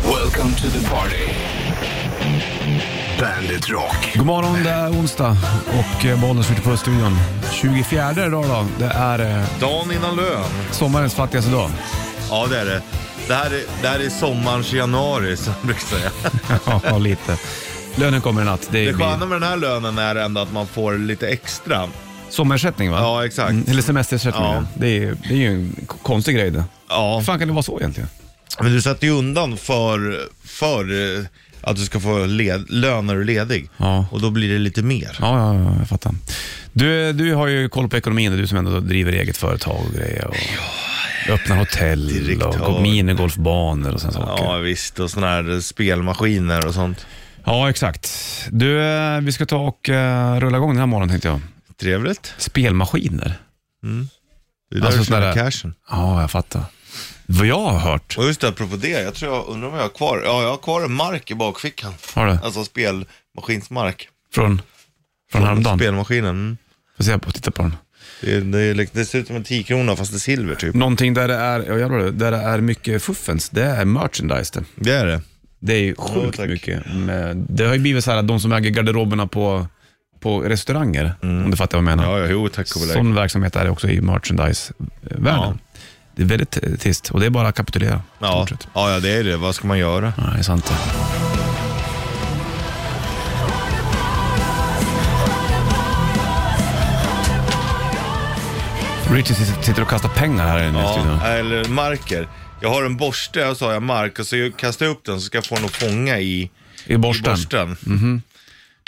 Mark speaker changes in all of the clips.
Speaker 1: Welcome to the party. Bandit Rock.
Speaker 2: God morgon, det är onsdag och eh, Bollnäs ute på studion. 24 idag då. Det är eh,
Speaker 3: Dagen innan lön.
Speaker 2: sommarens fattigaste dag.
Speaker 3: Ja, det är det. Det här är, det här är sommarens januari, som jag brukar säga.
Speaker 2: ja, lite. Lönen kommer i natt. Det
Speaker 3: Det
Speaker 2: är
Speaker 3: sköna
Speaker 2: blir
Speaker 3: med den här lönen är ändå att man får lite extra.
Speaker 2: sommarersättning va?
Speaker 3: Ja, exakt.
Speaker 2: Mm, Eller semesterersättning.
Speaker 3: Ja.
Speaker 2: Ja. Det, är, det är ju en k- konstig grej det.
Speaker 3: Ja,
Speaker 2: Hur fan kan det vara så egentligen?
Speaker 3: men du sätter ju undan för, för eh, att du ska få led, lön när du är ledig.
Speaker 2: Ja.
Speaker 3: Och då blir det lite mer.
Speaker 2: Ja, ja, ja, jag fattar. Du, du har ju koll på ekonomin, du som ändå driver eget företag och grejer. Och öppnar hotell
Speaker 3: direktör.
Speaker 2: och går minigolfbanor och sådana saker.
Speaker 3: Ja, visst. Och sådana här spelmaskiner och sånt.
Speaker 2: Ja, exakt. Du, eh, vi ska ta och eh, rulla igång den här morgonen tänkte jag.
Speaker 3: Trevligt.
Speaker 2: Spelmaskiner.
Speaker 3: Det är där
Speaker 2: Alltså
Speaker 3: du
Speaker 2: sådana
Speaker 3: tjänar
Speaker 2: där-
Speaker 3: cashen.
Speaker 2: Ja, jag fattar. Vad jag har hört.
Speaker 3: Och just det, apropå det. Jag tror jag undrar om jag har kvar. Ja, jag har kvar en mark i bakfickan.
Speaker 2: Har du?
Speaker 3: Alltså spelmaskinsmark.
Speaker 2: Från, från häromdagen.
Speaker 3: Spelmaskinen. Mm.
Speaker 2: Får se på, titta på den.
Speaker 3: Det, är- det, är liksom- det ser ut som en 10 krona fast det är silver typ.
Speaker 2: Någonting där det är, ja, jävlar, du, där det är mycket fuffens, det är merchandise det.
Speaker 3: Det är det.
Speaker 2: Det är ju
Speaker 3: Ja,
Speaker 2: sjukt
Speaker 3: tack.
Speaker 2: mycket. Men det har ju blivit så här att de som äger garderoberna på, på restauranger, om du fattar vad Mm. jag menar.
Speaker 3: Ja, ja, jo, tack och belägg.
Speaker 2: Sån verksamhet är det också i merchandise-världen. Det är väldigt eh, trist och det är bara att kapitulera.
Speaker 3: Ja.
Speaker 2: stort sett.
Speaker 3: ja, ja, det är det. Vad ska man göra?
Speaker 2: Ja, det är sant det. Richie sitter- sitter och kastar pengar här inne i studion.
Speaker 3: Ja, eller marker. Jag har en borste och så har jag mark och så jag kastar jag upp den så ska jag få den att fånga i,
Speaker 2: I borsten. Mm.
Speaker 3: i borsten.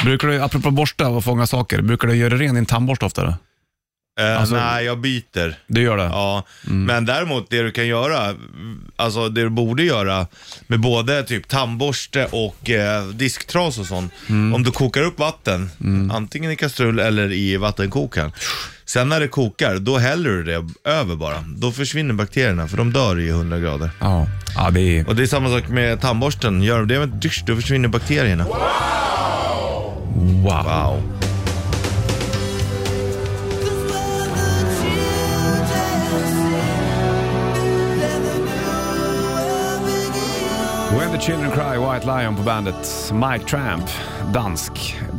Speaker 2: Brukar du, apropå borsta och fånga saker, brukar du göra ren din tandborste oftare?
Speaker 3: Eh,
Speaker 2: Alltså-
Speaker 3: Nej, jag byter.
Speaker 2: Du gör det?
Speaker 3: Ja, men däremot det du kan göra, alltså det du borde göra med både typ tandborste och eh, disktras och sånt. Om du kokar upp vatten, antingen i kastrull eller i vattenkokaren. Sen när det kokar, då häller du det över bara. Då försvinner bakterierna för de dör i 100 grader.
Speaker 2: Ja, ja det är,
Speaker 3: Och det är samma sak med tandborsten. Gör du det med ett dysch, då försvinner bakterierna.
Speaker 2: wow.
Speaker 3: Wow.
Speaker 2: When the children cry, White Lion på bandet. Mike Tramp, dansk,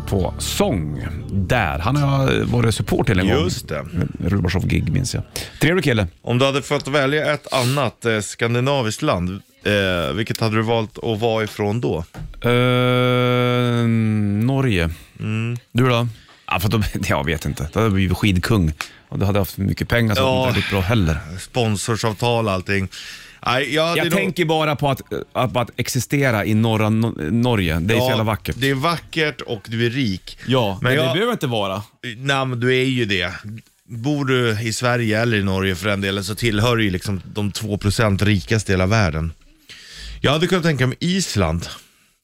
Speaker 2: på sång. Där. Han har varit support till en gång.
Speaker 3: Just det.
Speaker 2: Rubashov-gig minns jag. Trevlig kille.
Speaker 3: Om du hade fått välja ett annat eh, skandinaviskt land, eh, vilket hade du valt att vara ifrån då?
Speaker 2: Eh, Norge.
Speaker 3: Mm.
Speaker 2: Du då? Ja, för då, jag vet inte. Då hade jag blivit skidkung. Och då hade jag haft mycket pengar så
Speaker 3: Ja.
Speaker 2: det inte blivit bra heller.
Speaker 3: sponsorsavtal och allting. Nej, ja, det är
Speaker 2: Jag
Speaker 3: nog-
Speaker 2: tänker bara på att, att, på att existera i norra Nor- Norge. Det är så
Speaker 3: Ja,
Speaker 2: jävla vackert.
Speaker 3: Det är vackert och du är rik.
Speaker 2: ja,
Speaker 3: men, jag,
Speaker 2: inte vara.
Speaker 3: nej, men du är ju det. Bor du i Sverige eller i Norge för den delen så tillhör du ju liksom de 2% rikaste i hela världen. Jag hade kunnat tänka mig Island.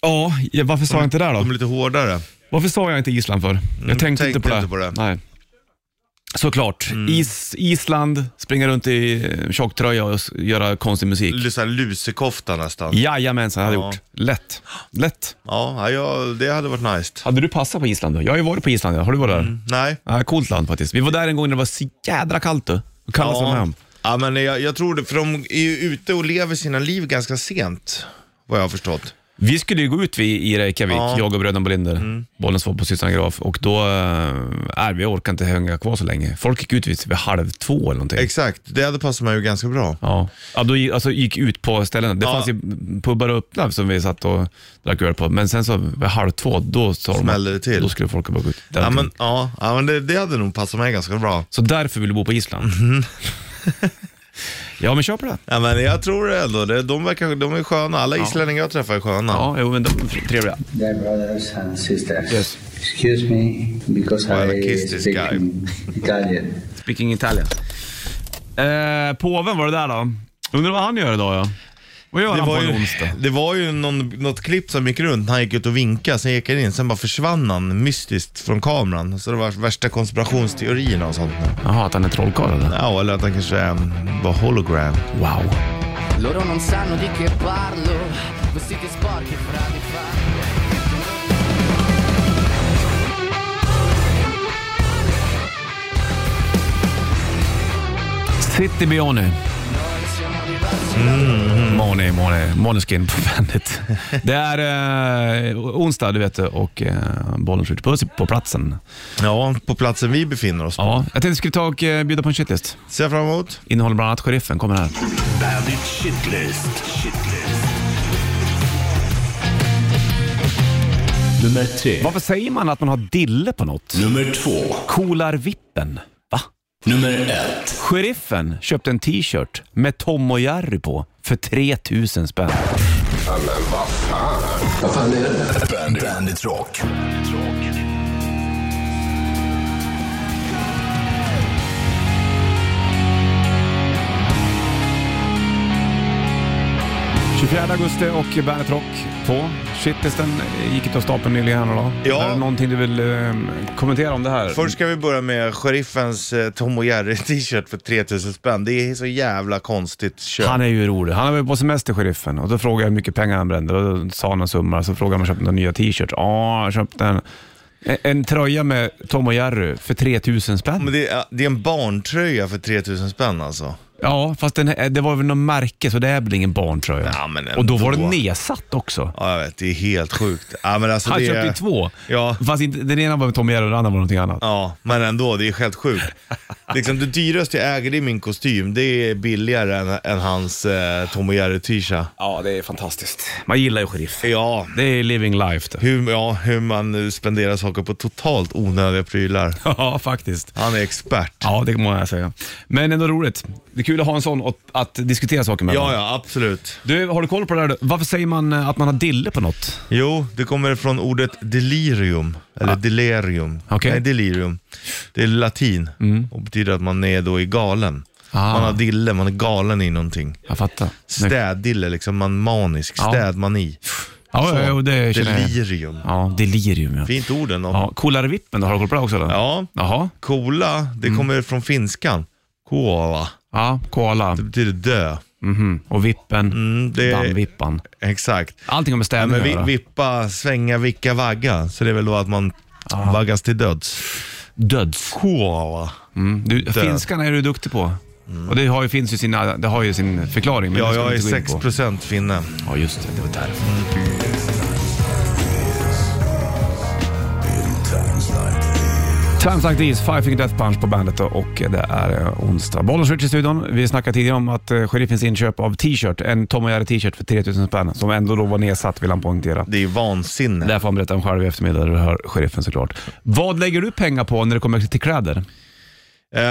Speaker 2: Ja, ja, varför sa jag inte det där då?
Speaker 3: De är lite hårdare.
Speaker 2: Varför sa jag inte Island för? Jag tänkte,
Speaker 3: Mm. tänkte
Speaker 2: inte på det.
Speaker 3: inte på det. Mm.
Speaker 2: Nej. Såklart. Is, Island, springa runt i eh, tjocktröja och s- göra konstig musik.
Speaker 3: Lite såhär lusekofta nästan.
Speaker 2: Jajamensan, hade jag
Speaker 3: Ja.
Speaker 2: gjort. Lätt. Lätt.
Speaker 3: Ja, nej, jag, det hade varit nice.
Speaker 2: Hade du passat på Island då? Jag har ju varit på Island. ja. Har du varit där?
Speaker 3: Nej.
Speaker 2: Ja, coolt land faktiskt. Vi var där en gång när det var så jädra kallt du. Och kallast ja. hem.
Speaker 3: ja men jag, jag tror det, för de är ju ute och lever sina liv ganska sent, vad jag har förstått.
Speaker 2: Vi skulle ju gå ut vid, i Reykjavik,
Speaker 3: Ja. Mm.
Speaker 2: jag och bröderna Bolinder. Bollens var på Systrarna Graf och då, eh, är vi orkar inte hänga kvar så länge. Folk gick ut vid, vid halv två eller någonting.
Speaker 3: Exakt, det hade passat mig ju ganska bra.
Speaker 2: Ja, ja då gick, alltså, gick ut på ställen. Det
Speaker 3: Ja.
Speaker 2: fanns ju pubbar öppna som vi satt och drack öl på, men sen så vid halv två, då sa
Speaker 3: Smällde
Speaker 2: de
Speaker 3: det
Speaker 2: att-
Speaker 3: till.
Speaker 2: Då skulle folk bara gå ut.
Speaker 3: Ja men, ja, ja, men det, det hade nog passat mig ganska bra.
Speaker 2: Så därför vill du bo på Island?
Speaker 3: Mhm.
Speaker 2: ja, men kör på det.
Speaker 3: Ja, men jag tror det ändå. Det, de, verkar, de är sköna. Alla islänningar jag träffar är sköna.
Speaker 2: Ja, jo, men de är trevliga.
Speaker 4: Dear brothers and sisters,
Speaker 2: Yes.
Speaker 4: excuse me because
Speaker 3: Well,
Speaker 4: I
Speaker 3: kiss this
Speaker 4: speak
Speaker 3: guy.
Speaker 4: in Italian.
Speaker 2: Speaking Italian. Eh, påven var det där då. Undrar vad han gör idag ja. Vad gör
Speaker 3: Det
Speaker 2: han på
Speaker 3: var,
Speaker 2: en
Speaker 3: ju,
Speaker 2: onsdag?
Speaker 3: det var ju någon, något klipp som gick runt när han gick ut och vinkade, sen gick han in, sen bara försvann han mystiskt från kameran. Så det var värsta konspirationsteorierna och sånt. nu.
Speaker 2: Jaha, att han är trollkarl eller?
Speaker 3: Ja, eller att han kanske eh, var hologram.
Speaker 2: Wow.
Speaker 5: Loro non sanno di che parlo, vestiti sporchi fra di fa.
Speaker 2: City Bione. Money, money, Måneskin på bandet. Det är eh, onsdag, du vet, och eh, bollen skjuter puss på platsen.
Speaker 3: Ja, på platsen vi befinner oss på.
Speaker 2: Ja, jag tänkte vi skulle ta och eh, bjuda på en shitlist.
Speaker 3: Ser jag fram emot.
Speaker 2: Innehåller bland annat sheriffen, kommer här.
Speaker 1: Bandit Shitlist. Shitlist. Nummer tre.
Speaker 2: Varför säger man att man har dille på något?
Speaker 1: Nummer två.
Speaker 2: Coolar vippen. Va?
Speaker 1: Nummer ett.
Speaker 2: Sheriffen köpte en t-shirt med Tom och Jerry på för 3000 spänn.
Speaker 1: Bandit, Bandit Rock.
Speaker 2: fjärde augusti och Bandet Rock på. Shitlisten gick av stapeln nyligen här då.
Speaker 3: Ja.
Speaker 2: Är det någonting du vill eh, kommentera om det här?
Speaker 3: Först ska vi börja med sheriffens eh, Tom och Jerry t-shirt för 3000 spänn. Det är så jävla konstigt köp.
Speaker 2: Han är ju rolig. Han var ju på semester, sheriffen. Och då frågade jag hur mycket pengar han brände. Och då sa han en summa. Så frågade man om han köpte några nya t-shirts. Ja, jag köpte en, en, en tröja med Tom och Jerry för 3000
Speaker 3: Men
Speaker 2: spänn.
Speaker 3: det, är, det är en barntröja för 3000 spänn alltså.
Speaker 2: Ja, fast den, det var väl något märke så det är väl ingen barntröja.
Speaker 3: Ja, men
Speaker 2: och då var
Speaker 3: ändå.
Speaker 2: den nedsatt också.
Speaker 3: Ja, jag vet. Det är helt sjukt. Ja, men alltså,
Speaker 2: Han
Speaker 3: det
Speaker 2: köpte
Speaker 3: är...
Speaker 2: ju två.
Speaker 3: Ja.
Speaker 2: Fast inte, den ena var med Tom och Jerry och den andra var någonting annat.
Speaker 3: Ja, men ändå. Det är helt sjukt. liksom, det dyraste jag äger i min kostym, det är billigare än, än hans eh, Tom och Jerry t-shirt.
Speaker 2: Ja, det är fantastiskt. Man gillar ju sheriff.
Speaker 3: Ja.
Speaker 2: Det är living life typ. det.
Speaker 3: Hur, ja, hur man nu spenderar saker på totalt onödiga prylar.
Speaker 2: Ja, faktiskt.
Speaker 3: Han är expert.
Speaker 2: Ja, det må jag säga. Men ändå roligt. Det är kul att ha en sån att, att diskutera saker med.
Speaker 3: Ja, ja, absolut.
Speaker 2: Du, har du koll på det där? Varför säger man eh, att man har dille på något?
Speaker 3: Jo, det kommer från ordet delirium, eller delirium.
Speaker 2: Ah. Okej. Mm.
Speaker 3: Nej, delirium. Det är latin och betyder att man är då i galen.
Speaker 2: Ah.
Speaker 3: Man har dille, man är galen i någonting.
Speaker 2: Jag fattar. Snyggt.
Speaker 3: Städdille, liksom man manisk,
Speaker 2: Ja.
Speaker 3: städmani.
Speaker 2: Ja, ja, ja, det känner jag.
Speaker 3: Delirium.
Speaker 2: Ja, delirium ja.
Speaker 3: Fint ord ändå. Ja.
Speaker 2: ja coolare vippen, då, har du koll på det också? Eller? Jaha.
Speaker 3: kola, det
Speaker 2: Mm.
Speaker 3: kommer från finskan. Koala,
Speaker 2: Ja, koala.
Speaker 3: det betyder dö.
Speaker 2: Mhm. Och vippen.
Speaker 3: Mm, det är,
Speaker 2: Dammvippan.
Speaker 3: exakt.
Speaker 2: Allting har med
Speaker 3: Ja,
Speaker 2: städning
Speaker 3: men
Speaker 2: att
Speaker 3: vi,
Speaker 2: göra.
Speaker 3: vippa, svänga, vicka, vagga. Så det är väl då att man vaggas till döds.
Speaker 2: Döds.
Speaker 3: Koala.
Speaker 2: Mm. Du, finskan är du duktig på. Och det har, ju, finns ju sina, det har ju sin förklaring. men det
Speaker 3: Mm. Ja,
Speaker 2: ska
Speaker 3: jag
Speaker 2: vi
Speaker 3: är
Speaker 2: inte gå in på.
Speaker 3: 6% finne.
Speaker 2: Ja, just det. Det var därför. Times like these, Five Finger Death Punch på bandet då, och det är eh, onsdag. Bollen switch i studion. Vi snackade tidigare om att eh, sheriffens inköp av t-shirt, en Tom och Jerry t-shirt för 3000 spänn, som ändå då var nedsatt vill han poängtera.
Speaker 3: Det är vansinne.
Speaker 2: Där får han berätta om själv i eftermiddag, det hör sheriffen såklart. Vad lägger du pengar på när det kommer till kläder?
Speaker 3: Eh,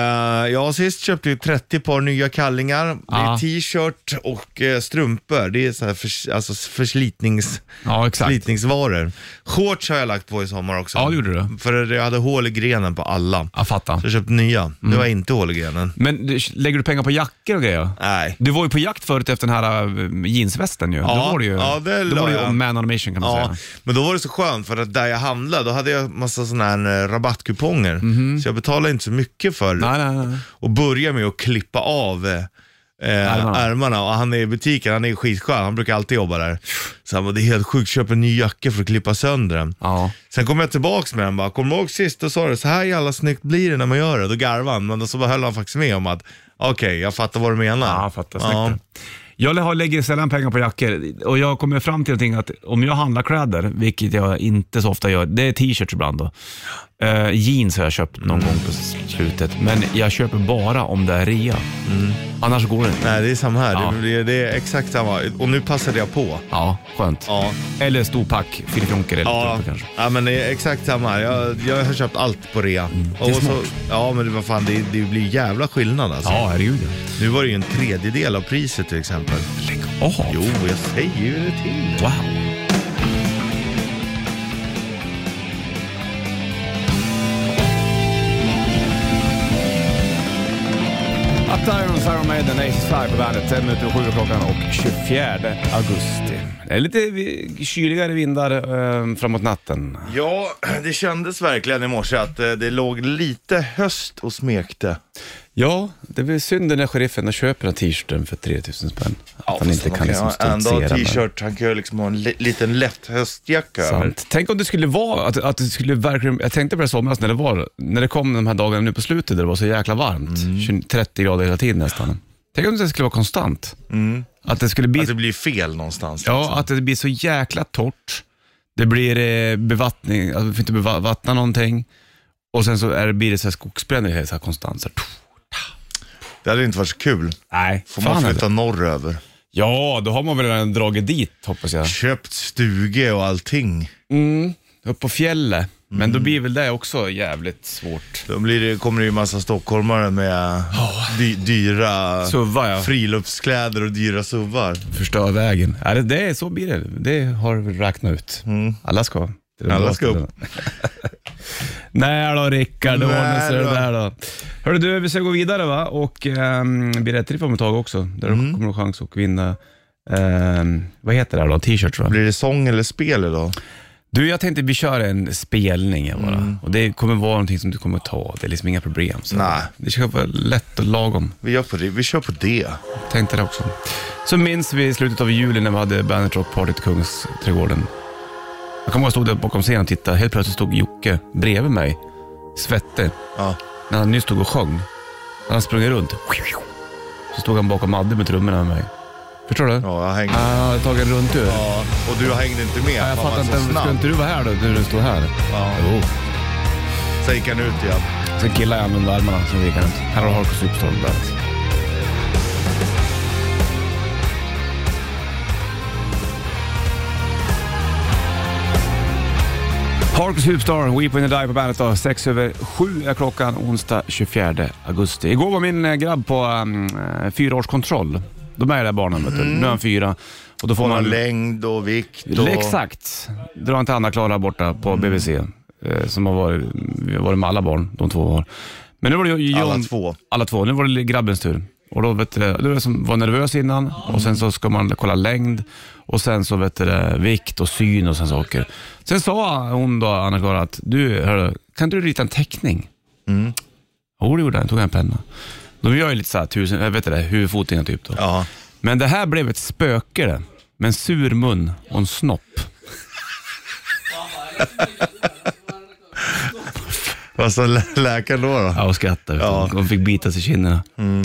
Speaker 3: jag har sist köpte ju 30 par nya kallingar. Det
Speaker 2: Ja.
Speaker 3: är t-shirt och eh, strumpor. Det är så här för, alltså förslitnings,
Speaker 2: Ja, exakt.
Speaker 3: förslitningsvaror. Shorts har jag lagt på i sommar också.
Speaker 2: Ja, det gjorde du.
Speaker 3: För jag hade hål i grenen på alla.
Speaker 2: Jag fattar.
Speaker 3: Så jag köpte nya.
Speaker 2: Mm.
Speaker 3: Nu har jag inte hål i grenen.
Speaker 2: Men du, lägger du pengar på jackor och grejer?
Speaker 3: Nej.
Speaker 2: Du var ju på jakt förut efter den här eh, jeansvästen ju. Ja, då var du ju,
Speaker 3: ja,
Speaker 2: då var
Speaker 3: det
Speaker 2: du
Speaker 3: la
Speaker 2: ju
Speaker 3: jag.
Speaker 2: man on a mission kan man
Speaker 3: Ja,
Speaker 2: säga.
Speaker 3: men då var det så skönt för att där jag handlade, då hade jag massa sådana här eh, rabattkuponger. Så jag betalade inte så mycket för
Speaker 2: Mhm.
Speaker 3: det.
Speaker 2: Nej, nej, nej.
Speaker 3: och börjar med att klippa av eh,
Speaker 2: Ärmarna.
Speaker 3: ärmarna. ärmarna. Och han är i butiken, han är skitskön, han brukar alltid jobba där. Så han bara, det är helt sjukt, köp en ny jacka för att klippa sönder den.
Speaker 2: Ja.
Speaker 3: Sen kom jag tillbaks med den bara, kommer du ihåg sist då sa du så här jävla snyggt blir det när man gör det? Då garvade han, men då så bara höll han faktiskt med om att okej, jag fattar vad du menar.
Speaker 2: Ja, jag fattar. Ah, Snyggt. Jag har- lägger sällan pengar på jackor och jag kommer fram till någonting att om jag handlar kläder, vilket jag inte så ofta gör, det är t-shirts ibland då. Eh, jeans har jag köpt någon gång på slutet, men jag köper bara om det är rea.
Speaker 3: Mm.
Speaker 2: Annars går det inte.
Speaker 3: Nej, det är samma här.
Speaker 2: Ja.
Speaker 3: Det, det, det är exakt samma. Och nu passade jag på.
Speaker 2: Ja, skönt.
Speaker 3: Ja,
Speaker 2: Eller stor pack, filifjonker eller
Speaker 3: ja,
Speaker 2: strumpor kanske.
Speaker 3: ja men det är exakt samma här. Jag, jag har köpt allt på rea.
Speaker 2: Mm. det är smart.
Speaker 3: ja, men det- vad fan, det, det blir jävla skillnad alltså.
Speaker 2: Ja, herregud.
Speaker 3: Nu var det ju en tredjedel av priset till exempel.
Speaker 2: Lägg av.
Speaker 3: Jo, jag säger ju det till dig.
Speaker 2: Wow. Att Irons Iron Maiden, Aces Fly på bandet, 10 minuter och 7 klockan och 24 augusti. Det är lite vi- kyligare vindar eh, framåt natten.
Speaker 3: Ja, det kändes verkligen i morse att eh, det låg lite höst och smekte.
Speaker 2: Ja, det blir synd den där sheriffen och köper den här t-shirten för 3000 spänn. Att han inte
Speaker 3: fast
Speaker 2: kan liksom
Speaker 3: ha ändå ha
Speaker 2: stoltsera med det.
Speaker 3: t-shirt, han kan ju liksom ha en li- liten lätt höstjacka över.
Speaker 2: Sant. Tänk om det skulle vara, att, att det skulle verkligen, jag tänkte på det i somras när det var, när det kom de här dagarna nu på
Speaker 3: Mm.
Speaker 2: slutet där det var så jäkla varmt, 20 30 grader hela tiden nästan. Tänk om det skulle vara konstant. Att det skulle bli...
Speaker 3: Mm. Att det blir fel någonstans.
Speaker 2: Ja,
Speaker 3: liksom.
Speaker 2: att det blir så jäkla torrt. Det blir eh, bevattning, alltså, vi får inte bevattna någonting. Och sen så är det, blir det så här skogsbränder helt så här konstant. Så här, pff,
Speaker 3: Det hade inte varit så kul.
Speaker 2: nej,
Speaker 3: Får
Speaker 2: fan
Speaker 3: man
Speaker 2: inte.
Speaker 3: flytta norröver.
Speaker 2: Ja, då har man väl redan dragit dit hoppas jag.
Speaker 3: Köpt stuge och allting.
Speaker 2: Upp på fjället. Men då
Speaker 3: Mm.
Speaker 2: blir väl det också jävligt svårt.
Speaker 3: Då blir det, kommer det ju massa stockholmare med dy, dyra
Speaker 2: Suvar, ja.
Speaker 3: friluftskläder och dyra suvar.
Speaker 2: Förstör vägen. Ja, det, det, är- så blir det. Det har vi räknat ut. Alla ska. till de
Speaker 3: Mm. Alla
Speaker 2: bra
Speaker 3: ska upp.
Speaker 2: ställena. Nej då Rickard, det
Speaker 3: Nej
Speaker 2: ordnar sig det
Speaker 3: då.
Speaker 2: där då. Hörru du, vi ska gå vidare va och um, bli rättare om ett tag också. Där
Speaker 3: Mm.
Speaker 2: du kommer du ha chans att vinna, ehm, vad heter det här då? T-shirts va?
Speaker 3: Blir det sång eller spel idag?
Speaker 2: Du, jag tänkte vi kör en spelning bara. Och det kommer vara någonting som du kommer ta. Det är liksom inga problem. Så
Speaker 3: Mm. Nej.
Speaker 2: Det ska vara lätt och lagom.
Speaker 3: Vi, gör på det. vi kör på det.
Speaker 2: Tänkte det också. Så minns vi i slutet av juli när vi hade Bandet Rock Party till Kungsträdgården. Jag kommer ihåg att jag stod där bakom scenen och tittade. Helt plötsligt stod Jocke bredvid mig, svettig,
Speaker 3: Ja.
Speaker 2: när han nyss stod och sjöng. När han sprungit runt, så stod han bakom Adde med trummorna med mig. Förstår du?
Speaker 3: Ja, jag hängde.
Speaker 2: Han hade tagit en rundtur.
Speaker 3: Ja, och du hängde inte med.
Speaker 2: Ja, Ah. jag
Speaker 3: Fan,
Speaker 2: fattar
Speaker 3: man
Speaker 2: inte.
Speaker 3: så
Speaker 2: Skulle
Speaker 3: snabb.
Speaker 2: inte du vara här då, när du stod här?
Speaker 3: Ja.
Speaker 2: Jo.
Speaker 3: Sen gick han ut igen.
Speaker 2: Sen killar jag använder armarna som vi kan. Här har Harkus Superstorm bandet. Harkus Superstar, Weep When You Die på bandet då. Sex över sju är klockan onsdag 24 augusti. Igår var min eh, grabb på um, fyraårskontroll. De är där barnen vet du. Nu är han fyra. Och då får
Speaker 3: Bara
Speaker 2: man...
Speaker 3: längd och vikt och...
Speaker 2: Exakt. Dra inte Anna-Klara borta på BVC. eh, Som har varit, vi har varit med alla barn, de två var. Men nu var det ju John,
Speaker 3: Alla två.
Speaker 2: Alla två. Nu var det grabbens tur. Och då vet du, det, det var som var nervös innan och sen så ska man kolla längd och sen så vet du, det, vikt och syn och sen saker. Sen sa hon då, Anna-Klara, att du, hörru, kan inte du rita en teckning? Mm. Jo, det gjorde han. Tog en penna. De gör ju lite så här tusen, jag vet inte det, huvudfotingar typ då.
Speaker 3: Ja.
Speaker 2: Men det här blev ett spöke det. Med en sur mun och en snopp.
Speaker 3: Vad sa lä- läkaren då? då?
Speaker 2: Ja, och skrattade.
Speaker 3: Ja.
Speaker 2: De fick bita sig i kinderna.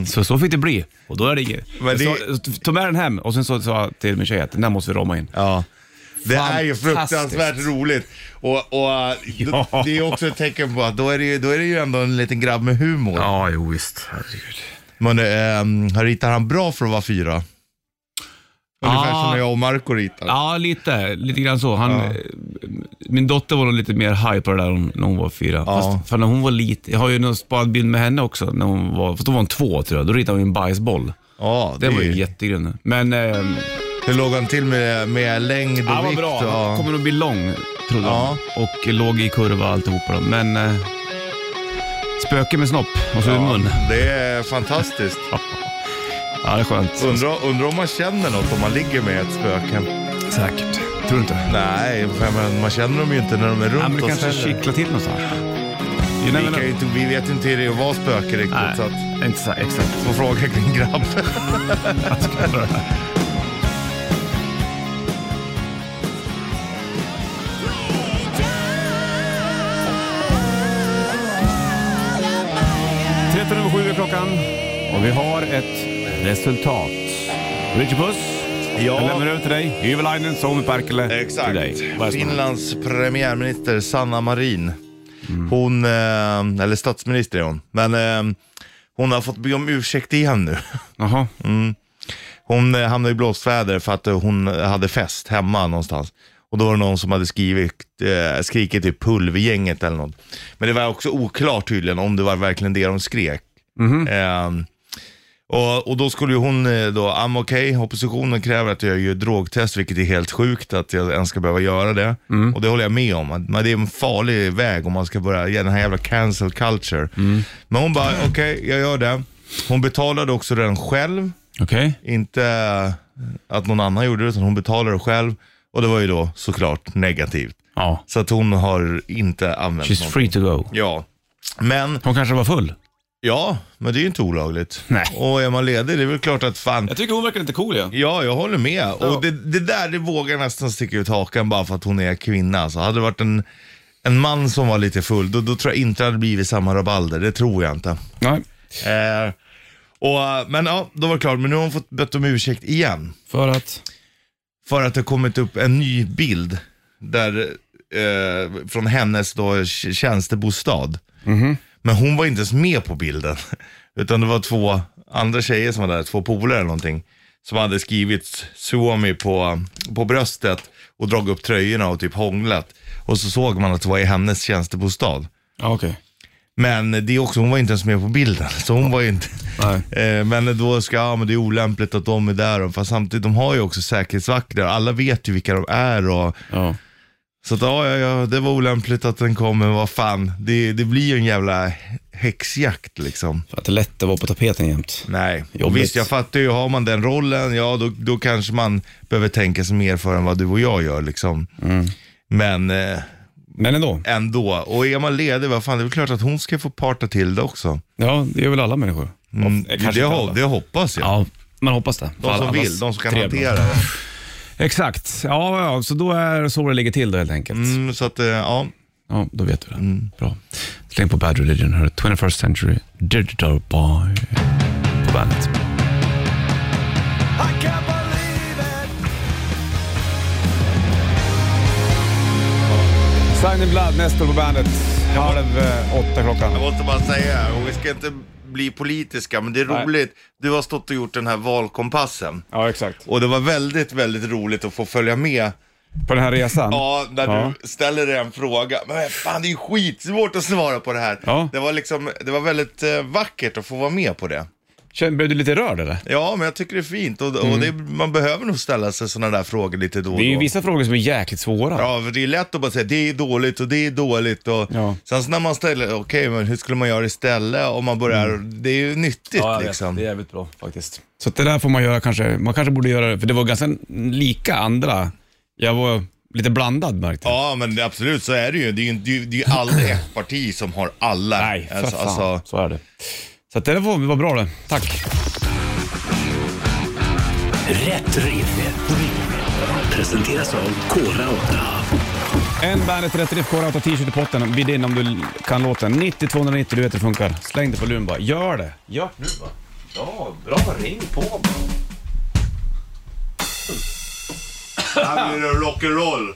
Speaker 2: Så så fick det bli. Och då är det,
Speaker 3: Men
Speaker 2: så,
Speaker 3: det-
Speaker 2: så tog med den hem och sen så sa jag till min tjej att den där måste vi rama in.
Speaker 3: Ja. Det är ju
Speaker 2: Fantastiskt.
Speaker 3: fruktansvärt roligt. Och, och äh,
Speaker 2: Ja.
Speaker 3: Det är också ett tecken på att då är, det ju, då är det ju ändå en liten grabb med humor.
Speaker 2: Ja, jo visst. Herregud.
Speaker 3: Men äh, ritar han bra för att vara fyra? Ungefär
Speaker 2: Ah.
Speaker 3: som när jag och Marco ritar.
Speaker 2: Ja, lite. Lite grann så. Han, eh, Min dotter var nog lite mer haj på det där hon- när hon var fyra.
Speaker 3: Ja.
Speaker 2: Fast, för när hon var liten, jag har ju någon sparad bild med henne också, när hon var, fast då var hon två tror jag. Då ritade hon ju en bajsboll.
Speaker 3: Ja,
Speaker 2: Det var
Speaker 3: är-
Speaker 2: ju jättegrön. Men... ehm,
Speaker 3: Hur låg han till med, med längd och
Speaker 2: Ja, vad
Speaker 3: vikt?
Speaker 2: bra.
Speaker 3: och-
Speaker 2: Han kommer att bli lång, trodde
Speaker 3: Ja.
Speaker 2: de. Och låg i kurva och alltihopa. då. Men eh, spöke med snopp och så i mun.
Speaker 3: Det är fantastiskt.
Speaker 2: Ja, det är skönt.
Speaker 3: Undrar undra om man känner något om man ligger med ett spöke.
Speaker 2: Säkert. Tror du inte?
Speaker 3: Nej, men man känner dem ju inte när de är runt
Speaker 2: Ja, men det
Speaker 3: oss
Speaker 2: kanske
Speaker 3: heller.
Speaker 2: kittlar till någonstans. You
Speaker 3: Vi,
Speaker 2: never
Speaker 3: kan ju
Speaker 2: know.
Speaker 3: inte, vi vet ju inte hur det är att vara spöke riktigt. Så att,
Speaker 2: Nej, inte så exakt.
Speaker 3: får fråga kring grabb.
Speaker 2: Tretton över sju är klockan och vi har ett resultat. Richie Puss,
Speaker 3: Ja.
Speaker 2: jag lämnar över till dig. Hyvälainen, Suomi Perkele till
Speaker 3: Exakt.
Speaker 2: dig. Vad är det som-
Speaker 3: Finlands premiärminister Sanna Marin. Hon, eh, eller statsminister är hon, men eh, hon har fått be om ursäkt igen nu.
Speaker 2: Jaha.
Speaker 3: Hon eh, hamnade i blåsväder för att eh, hon hade fest hemma någonstans. Och då var det någon som hade skrivit, eh, skrikit typ pulvergänget eller något. Men det var också oklart tydligen om det var verkligen det de skrek. Ehm, och, och då skulle ju hon eh, då, I'm okay, oppositionen kräver att jag gör drogtest, vilket är helt sjukt att jag ens ska behöva göra det. Och det håller jag med om, att- men det är en farlig väg om man ska börja, ja, den här jävla cancel culture. Men hon bara, okej, jag gör det. Hon betalade också den själv.
Speaker 2: Okej.
Speaker 3: Inte att någon annan gjorde det, utan hon betalade det själv. Och det var ju då såklart negativt.
Speaker 2: Ja.
Speaker 3: Så att hon har inte använt
Speaker 2: She's free to go.
Speaker 3: Ja. Men,
Speaker 2: Hon kanske var full?
Speaker 3: ja, men det är ju inte olagligt.
Speaker 2: Nej.
Speaker 3: Och är man ledig, det är väl klart att fan.
Speaker 2: Jag tycker hon verkar lite cool ja.
Speaker 3: Ja, jag håller med. Och det, det där, det vågar nästan sticka ut hakan bara för att hon är kvinna. Så hade det varit en, en man som var lite full, då, då tror jag inte det hade blivit samma rabalder. Det tror jag inte.
Speaker 2: Nej.
Speaker 3: Eh, Och, eh, men ja, då var det klart. Men nu har hon fått bett om ursäkt igen.
Speaker 2: För att?
Speaker 3: För att det kommit upp en ny bild där, eh, från hennes då, tj- tjänstebostad. Men hon var inte ens med på bilden. Utan det var två andra tjejer som var där, två polare eller någonting. Som hade skrivit Suomi på, på bröstet och dragit upp tröjorna och typ hånglat. Och så såg man att det var i hennes tjänstebostad.
Speaker 2: Ja, okej.
Speaker 3: Men det är också, hon var inte ens med på bilden. Så hon var ju inte... Eh, Men då ska, ja men det är olämpligt att de är där. och- Fast samtidigt, de har ju också säkerhetsvakter. Alla vet ju vilka de är. Och,
Speaker 2: Ja.
Speaker 3: så att, ja, ja, ja, det var olämpligt att den kom, men vad fan. Det, det blir ju en jävla häxjakt liksom.
Speaker 2: För att det är lätt att vara på tapeten jämt.
Speaker 3: Nej,
Speaker 2: Jobbigt.
Speaker 3: visst jag fattar ju, har man den rollen, ja då, då kanske man behöver tänka sig mer för än vad du och jag gör liksom. Men eh,
Speaker 2: Men ändå.
Speaker 3: ändå, och är man ledig, vad fan, det är väl klart att hon ska få parta till det också.
Speaker 2: Ja, det gör väl alla människor.
Speaker 3: Mm,
Speaker 2: Kanske inte
Speaker 3: det,
Speaker 2: alla.
Speaker 3: ho- det hoppas jag.
Speaker 2: Ja, man hoppas det.
Speaker 3: De som
Speaker 2: Allas
Speaker 3: vill, de som kan
Speaker 2: trevnad.
Speaker 3: hantera det.
Speaker 2: Exakt. Ja, ja, så då är det så det ligger till då helt enkelt.
Speaker 3: Mm, så att, eh, ja.
Speaker 2: Ja, då vet vi det. Bra. Släng på Bad Religion, hörru. 21st Century Digital Boy på bandet. Sign in Blood, Nestor på bandet. Halv eh, åtta
Speaker 3: Jag
Speaker 2: klockan.
Speaker 3: måste bara säga, och vi ska inte bli politiska, men det är
Speaker 2: Nej.
Speaker 3: roligt. Du har stått och gjort den här valkompassen.
Speaker 2: Ja, exakt.
Speaker 3: Och det var väldigt, väldigt roligt att få följa med.
Speaker 2: På den här resan.
Speaker 3: Ja, när
Speaker 2: Ja.
Speaker 3: du ställer en fråga. Men fan, det är ju skitsvårt att svara på det här.
Speaker 2: Ja.
Speaker 3: Det var liksom, det var väldigt eh, vackert att få vara med på det.
Speaker 2: Känner, blev du lite rörd eller?
Speaker 3: Ja, men jag tycker det är fint och, och det, man behöver nog ställa sig sådana där frågor lite då och
Speaker 2: Mm. Det är ju
Speaker 3: då.
Speaker 2: vissa frågor som är jäkligt svåra.
Speaker 3: Ja, för det är lätt att bara säga det är dåligt och det är dåligt och
Speaker 2: Ja.
Speaker 3: sen så när man ställer, okej men hur skulle man göra istället? Om man börjar,
Speaker 2: Mm.
Speaker 3: det är ju nyttigt
Speaker 2: Ja, jag vet.
Speaker 3: liksom.
Speaker 2: Det är jävligt bra faktiskt. Så att det där får man göra kanske. Man kanske borde göra det, för det var ganska lika andra. Jag var lite blandad märkte jag.
Speaker 3: Ja, men det- absolut så är det ju. Det är ju, det är ju, det är ju aldrig ett parti som har alla.
Speaker 2: Nej, för
Speaker 3: Alltså,
Speaker 2: fan.
Speaker 3: alltså,
Speaker 2: Så är det. Så att det där var, var bra det. Tack.
Speaker 1: Rätt riff. Presenteras av Kora 8.
Speaker 2: En Bandet Rätt Riff Core Outa t-shirt i potten. Vid in om du kan låten. 90 290, du vet hur det funkar. Släng det på luren bara. Gör det. Gör det nu bara. Ja, bra. Ring på bara.
Speaker 3: här blir det rock'n'roll.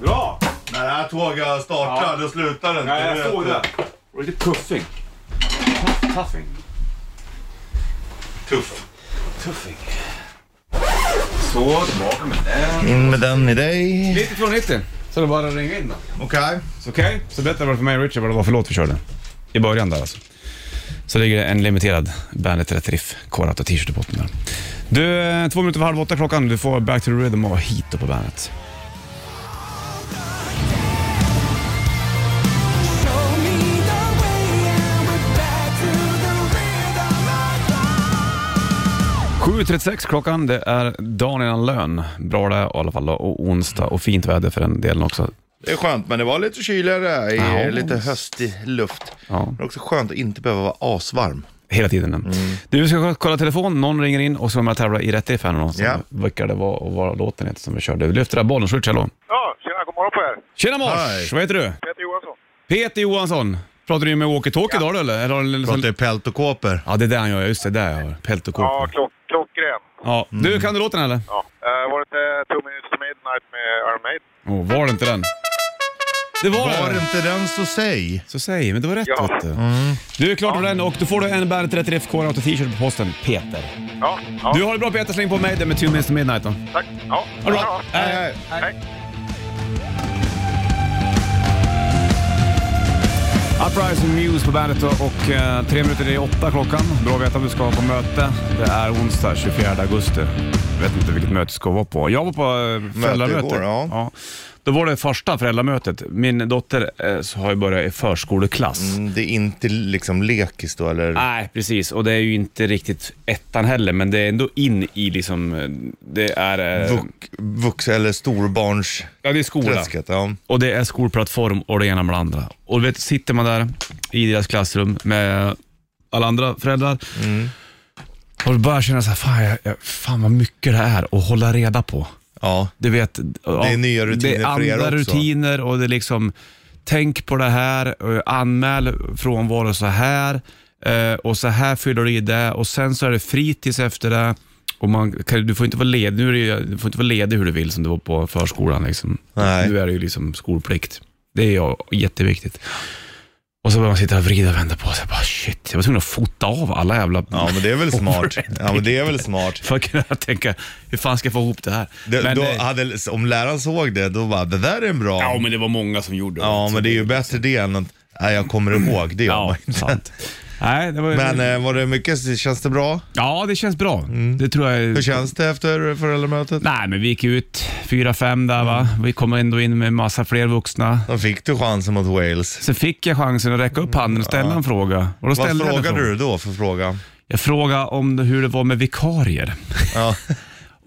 Speaker 3: Bra! När det här tåget startar, då slutar det inte. du vet det.
Speaker 2: Och lite puffing. Puffing.
Speaker 3: Tuff.
Speaker 2: Tuffing. Så, tillbaka med den.
Speaker 3: In med den i dig.
Speaker 2: 90 290. Så det är bara att ringa in då.
Speaker 3: Okej.
Speaker 2: Så Okej, så berätta bara för mig och Richard vad det var för låt vi körde. I början där alltså. Så ligger det en limiterad Bandet Rätt Riff Core Outta t-shirt i botten där. Du, eh, två minuter över halv åtta klockan. Du får Back to the Rhythm och Heat då på bandet. .36 klockan, det är dagen innan lön. Bra det i alla fall då. och onsdag och fint väder för den delen också.
Speaker 3: Det är skönt, men det var lite kyligare, i,
Speaker 2: Ja.
Speaker 3: lite höstig luft.
Speaker 2: Ja.
Speaker 3: Det är också skönt att inte behöva vara asvarm.
Speaker 2: Hela tiden. Du, vi ska kolla telefon. Någon ringer in och så ska man tävla i rätt riff här nu då. Så
Speaker 3: Ja.
Speaker 2: Vilka det var och vad låten heter som vi körde. Vi lyfter där bollen. Switch, hallå.
Speaker 6: Ja, tjena, god morgon på er.
Speaker 2: Tjena
Speaker 3: Hej.
Speaker 2: mors! Vad heter du?
Speaker 6: Peter Johansson.
Speaker 2: Peter Johansson. Pratar du med walkie-talkie idag då eller? eller har du en sån...
Speaker 3: Pratar ju pält och kåpor.
Speaker 2: Ja, det är där han gör. Just det, där jag Pelt och kåpa.
Speaker 6: Ja, klock, klockren.
Speaker 2: Ja. Du, kan du låten eller?
Speaker 6: Ja. Eh, var det inte Two Minutes to Midnight med Iron Maiden?
Speaker 2: Oh, var det inte den? Det var
Speaker 3: Var
Speaker 2: det.
Speaker 3: inte den så säg.
Speaker 2: Så säg, men det var rätt
Speaker 6: Ja.
Speaker 2: vet du. Du är klart med den och då får du en Bandet 30 FK Auto t-shirt på posten, Peter.
Speaker 6: Ja, ja,
Speaker 2: Du har det bra Peter, släng på mig den med Two Minutes to Midnight då.
Speaker 6: tack. Ja,
Speaker 2: Ha det
Speaker 6: ja.
Speaker 2: bra. Hej.
Speaker 3: Nej.
Speaker 2: Uprising Muse på bandet och, och eh, tre minuter i åtta klockan. Bra att veta om du ska på möte. Det är onsdag 24 augusti. Jag vet inte vilket möte du ska vara på. Jag var på eh, föräldramöte.
Speaker 3: igår, ja.
Speaker 2: Då var det första föräldramötet. Min dotter eh, så har ju börjat i förskoleklass.
Speaker 3: Mm, Det är inte liksom lekis då eller?
Speaker 2: Nej, precis. Och det är ju inte riktigt ettan heller, men det är ändå in i liksom... eh, Det är... eh,
Speaker 3: Vux, vux eller storbarns...
Speaker 2: Ja, det är skola.
Speaker 3: Träsket, ja.
Speaker 2: Och det är skolplattform och det ena med det andra. Och du vet, sitter man där i deras klassrum med alla andra föräldrar och du börjar känna så här, fan, jag, jag, fan vad mycket det är att hålla reda på.
Speaker 3: ja.
Speaker 2: Du vet,
Speaker 3: är nya rutiner
Speaker 2: det är
Speaker 3: för er
Speaker 2: andra
Speaker 3: också.
Speaker 2: rutiner och det är liksom, tänk på det här, och anmäl frånvaro så här eh, och så här fyller du i det och sen så är det fritids efter det. Och man, kan, du får inte vara ledig, nu är det, ju- du får inte vara ledig hur du vill som du var på förskolan. Liksom.
Speaker 3: Nej.
Speaker 2: Nu är det ju liksom skolplikt. Det är ju jätteviktigt. Och så börjar man sitta och vrida och vända på sig. Bara, shit, jag var tvungen att fota av alla jävla...
Speaker 3: ja, men det är väl smart.
Speaker 2: Overrated.
Speaker 3: Ja, men det är väl smart.
Speaker 2: För att kunna tänka, hur fan ska jag få ihop det här?
Speaker 3: Det,
Speaker 2: men,
Speaker 3: då
Speaker 2: eh,
Speaker 3: hade, om läraren såg det, då bara, det där är en bra.
Speaker 2: Ja, men det var många som gjorde det.
Speaker 3: Mm. Ja, men det är ju bättre det än att, nej jag kommer ihåg, det gör man
Speaker 2: Ja,
Speaker 3: inte.
Speaker 2: sant. Nej, det var,
Speaker 3: Men eh, var det mycket, känns det bra?
Speaker 2: ja, det känns bra. Det tror jag.
Speaker 3: Hur känns det efter föräldramötet?
Speaker 2: Nej, men vi gick ut fyra, fem där va.
Speaker 3: Mm.
Speaker 2: Vi kom ändå in med massa fler vuxna.
Speaker 3: Då fick du chansen mot Wales.
Speaker 2: Sen fick jag chansen att räcka upp handen och ställa en fråga. Och då
Speaker 3: Vad
Speaker 2: ställde jag den
Speaker 3: frågade
Speaker 2: frågan.
Speaker 3: du då för fråga?
Speaker 2: Jag frågade om hur det var med vikarier.
Speaker 3: Ja.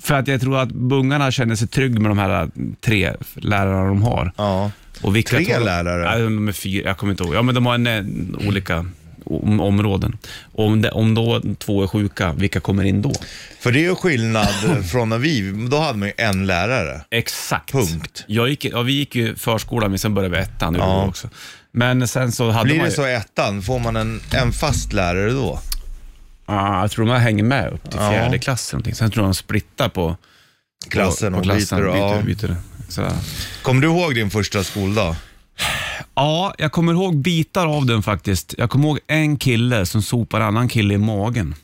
Speaker 2: För att jag tror att bungarna känner sig trygg med de här tre lärarna de har.
Speaker 3: ja.
Speaker 2: Och vilka
Speaker 3: Tre
Speaker 2: tar de-
Speaker 3: lärare?
Speaker 2: Nej, de är fyra, jag kommer inte ihåg. Ja, men de har en, eh, olika om, områden. Och om, det- om då två är sjuka, vilka kommer in då?
Speaker 3: För det är ju skillnad från när vi, då hade man ju en lärare.
Speaker 2: Exakt.
Speaker 3: Punkt.
Speaker 2: Jag gick, ja, vi gick ju förskolan, men sen började vi ettan. Ja. också. Men sen så hade
Speaker 3: Blir
Speaker 2: man
Speaker 3: det
Speaker 2: ju...
Speaker 3: så i ettan, får man en, en fast lärare då?
Speaker 2: Ah, jag tror de här hänger med upp till
Speaker 3: Ja.
Speaker 2: fjärde klass. eller någonting. Sen tror jag de splittar på
Speaker 3: Klassen
Speaker 2: på,
Speaker 3: och
Speaker 2: på klassen.
Speaker 3: byter, ja.
Speaker 2: byter, byter. Så.
Speaker 3: Kommer du ihåg din första skoldag?
Speaker 2: ja, jag kommer ihåg bitar av den faktiskt. Jag kommer ihåg en kille som sopar en annan kille i magen.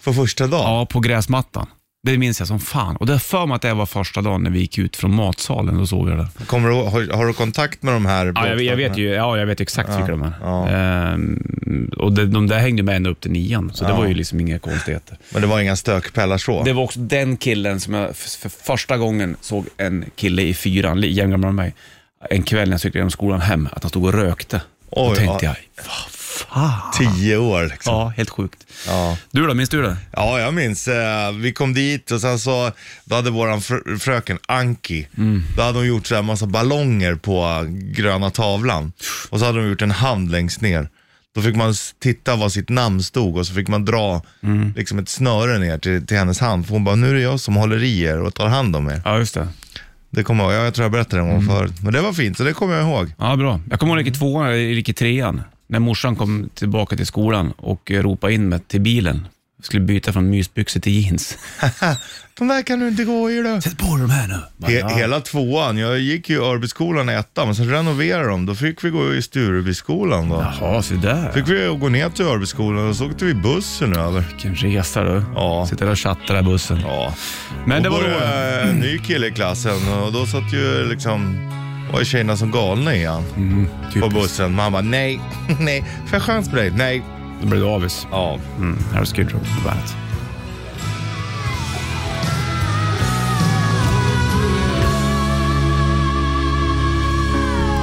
Speaker 3: För första dagen?
Speaker 2: Ja, på gräsmattan. Det minns jag som fan. Och det har för mig att det var första dagen när vi gick ut från matsalen. Då såg jag det.
Speaker 3: Kommer du, har, har du kontakt med de här?
Speaker 2: Ja, jag, jag vet ju ja, jag vet exakt vilka de är.
Speaker 3: ja.
Speaker 2: Ehm, och det, de där hängde med ända upp till nian, så det var ju liksom inga konstigheter.
Speaker 3: Men det var inga stökpellar så?
Speaker 2: Det var också den killen som jag f- för första gången såg en kille i fyran, li- jämngammal med mig, en kväll när jag cyklade genom skolan hem, att han stod och rökte.
Speaker 3: Oj,
Speaker 2: då tänkte
Speaker 3: ja.
Speaker 2: jag, vad fan?
Speaker 3: Tio år liksom.
Speaker 2: Ja, helt sjukt.
Speaker 3: Ja.
Speaker 2: Du då, minns du det?
Speaker 3: Ja, jag minns. eh, Vi kom dit och sen så, då hade våran fr- fröken Anki, då hade hon gjort så här massa ballonger på eh, gröna tavlan. Och så hade hon gjort en hand längst ner. Då fick man s- titta var sitt namn stod och så fick man dra liksom ett snöre ner till, till hennes hand. För hon bara, nu är det jag som håller i er och tar hand om er.
Speaker 2: Ja, just det.
Speaker 3: Det kommer jag ihåg. Ja, jag tror jag berättade det en gång förut. Men det var fint, så det kommer jag ihåg.
Speaker 2: Ja, bra. Jag kommer ihåg när jag gick i tvåan, eller gick i trean, när morsan kom tillbaka till skolan och eh, ropade in mig till bilen. Jag skulle byta från mysbyxor till jeans.
Speaker 3: De där kan du inte gå i du.
Speaker 2: Sätt på dem här nu. Bara,
Speaker 3: He-
Speaker 2: ja.
Speaker 3: Hela tvåan, jag gick ju i Örbyskolan i ettan, men sen renoverade de. Då fick vi gå i Sturebyskolan då.
Speaker 2: Jaha, så där.
Speaker 3: fick vi gå ner till Örbyskolan och så åkte vi bussen över.
Speaker 2: Vilken resa du.
Speaker 3: Ja.
Speaker 2: Sitter där och chattar där i bussen.
Speaker 3: Ja.
Speaker 2: Men det
Speaker 3: och
Speaker 2: var
Speaker 3: då
Speaker 2: roligt.
Speaker 3: var en ny kille i klassen och då satt ju liksom var ju tjejerna som galna igen på bussen. Man bara nej, nej, får jag chans på dig? Nej.
Speaker 2: Då blev du avis.
Speaker 3: Ja.
Speaker 2: Mm. Här har du Skid Row på bandet.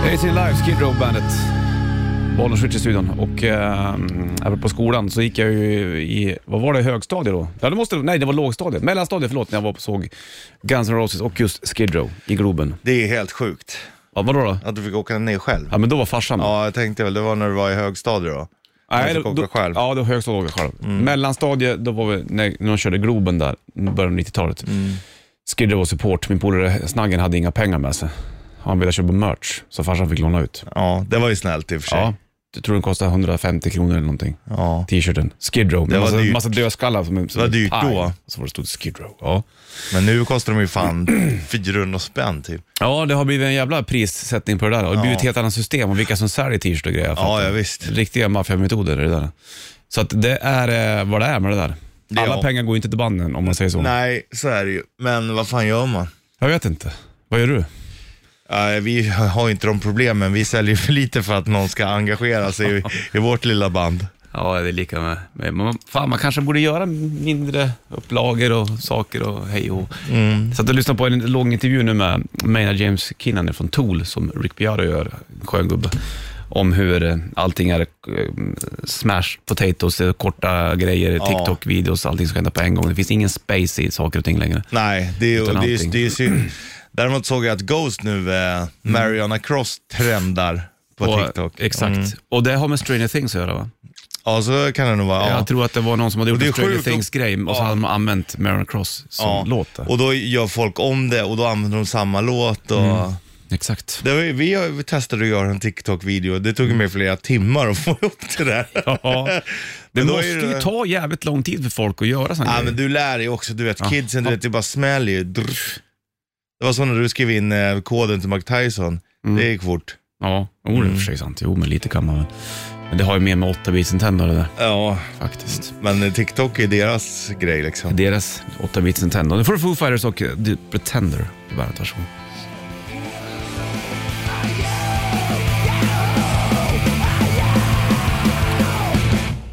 Speaker 2: It's in life, Skid Row bandet. Bollen switch i studion och eh, apropå skolan så gick jag ju i, vad var det, högstadiet då? Ja, det måste, nej, det var lågstadiet. Mellanstadiet, förlåt, när jag var på såg Guns N' Roses och just Skid Row i Globen.
Speaker 3: Det är helt sjukt
Speaker 2: Ja, vadå då?
Speaker 3: att du fick åka ner själv.
Speaker 2: Ja, men då var farsan med.
Speaker 3: Ja, jag tänkte väl, det var när du var i högstadiet då.
Speaker 2: Nej,
Speaker 3: Jag fick
Speaker 2: då-
Speaker 3: åka
Speaker 2: då-
Speaker 3: själv. Mm.
Speaker 2: Ja, det var högstadiet åka själv. Mellanstadiet, då var vi, när, när de körde Globen där, i början av 90-talet. Mm. Skid Row support. Min polare Snaggen hade inga pengar med sig. Han ville köpa merch, så farsan fick låna ut.
Speaker 3: Ja, det var ju snällt i och för sig.
Speaker 2: Ja. jag tror den kostade 150 kronor eller någonting.
Speaker 3: Ja.
Speaker 2: T-shirten. Skid Row. Det
Speaker 3: var
Speaker 2: massa,
Speaker 3: dyrt.
Speaker 2: massa dödskallar. Som, som
Speaker 3: Det var dyrt
Speaker 2: paj.
Speaker 3: då.
Speaker 2: Så var det stod Skid Row. Ja.
Speaker 3: Men nu kostar de ju fan 400 spänn typ.
Speaker 2: ja, det har blivit en jävla prissättning på det där. Och det har blivit ett helt annat system och vilka som säljer t-shirt och grejer. jag fattar.
Speaker 3: ja, visst.
Speaker 2: Riktiga maffiametoder det där. Så att det är eh, vad det är med det där.
Speaker 3: Det är
Speaker 2: Alla
Speaker 3: jag.
Speaker 2: pengar går ju inte till banden om man säger så.
Speaker 3: Nej, så är det ju. Men vad fan gör man?
Speaker 2: Jag vet inte. Vad gör du?
Speaker 3: Nej, Eh, vi har ju inte de problemen. Vi säljer för lite för att någon ska engagera sig i, i vårt lilla band.
Speaker 2: Ja, det är lika med mig. Man, fan, man kanske borde göra mindre upplagor och saker och hej och mm. Så att jag lyssnade på en lång intervju nu med Maynard James Kinnan från Tool, som Rick Beato gör, en skön gubbe, om hur eh, allting är eh, smash potatoes, eh, korta grejer, TikTok-videos, allting ska hända på en gång. Det finns ingen space i saker och ting längre.
Speaker 3: Nej, det är ju
Speaker 2: Utan
Speaker 3: det är,
Speaker 2: allting. Mm.
Speaker 3: det är synd. Däremot såg jag att Ghost nu, eh, Mariana Cross, trendar på
Speaker 2: Och-
Speaker 3: TikTok.
Speaker 2: Exakt.
Speaker 3: Mm.
Speaker 2: Och det har med Stranger Things att göra va?
Speaker 3: Ja, så kan det nog vara. Ja.
Speaker 2: Jag tror att det var någon som hade gjort
Speaker 3: det är
Speaker 2: en Stranger
Speaker 3: sjukt att-
Speaker 2: Things-grej och så
Speaker 3: Ja.
Speaker 2: hade man använt Maron Cross som
Speaker 3: Ja.
Speaker 2: låt. där.
Speaker 3: Och då gör folk om det och då använder de samma låt. Och...
Speaker 2: Mm. Exakt.
Speaker 3: Det var, ju- vi, har- vi testade att göra en TikTok-video. Det tog mig flera timmar att få ihop det där.
Speaker 2: Ja, det
Speaker 3: Men då
Speaker 2: måste
Speaker 3: är det-
Speaker 2: ju ta jävligt lång tid för folk att göra sådana
Speaker 3: Ja,
Speaker 2: grejer.
Speaker 3: men du lär dig också, du vet kidsen, du vet, det bara smäller ju. Drr. Det var så när du skrev in eh, koden till Mike Tyson.
Speaker 2: Mm.
Speaker 3: Det gick fort.
Speaker 2: Ja, jo, det är i
Speaker 3: Mm.
Speaker 2: och för sig sant. Jo, men lite kan man väl. Men det har ju mer med 8 bits Nintendo det där,
Speaker 3: Ja,
Speaker 2: faktiskt.
Speaker 3: men eh, TikTok är deras grej liksom.
Speaker 2: Deras 8 bits Nintendo. Nu får du Foo Fighters och eh, The Pretender på bandet. Varsågod.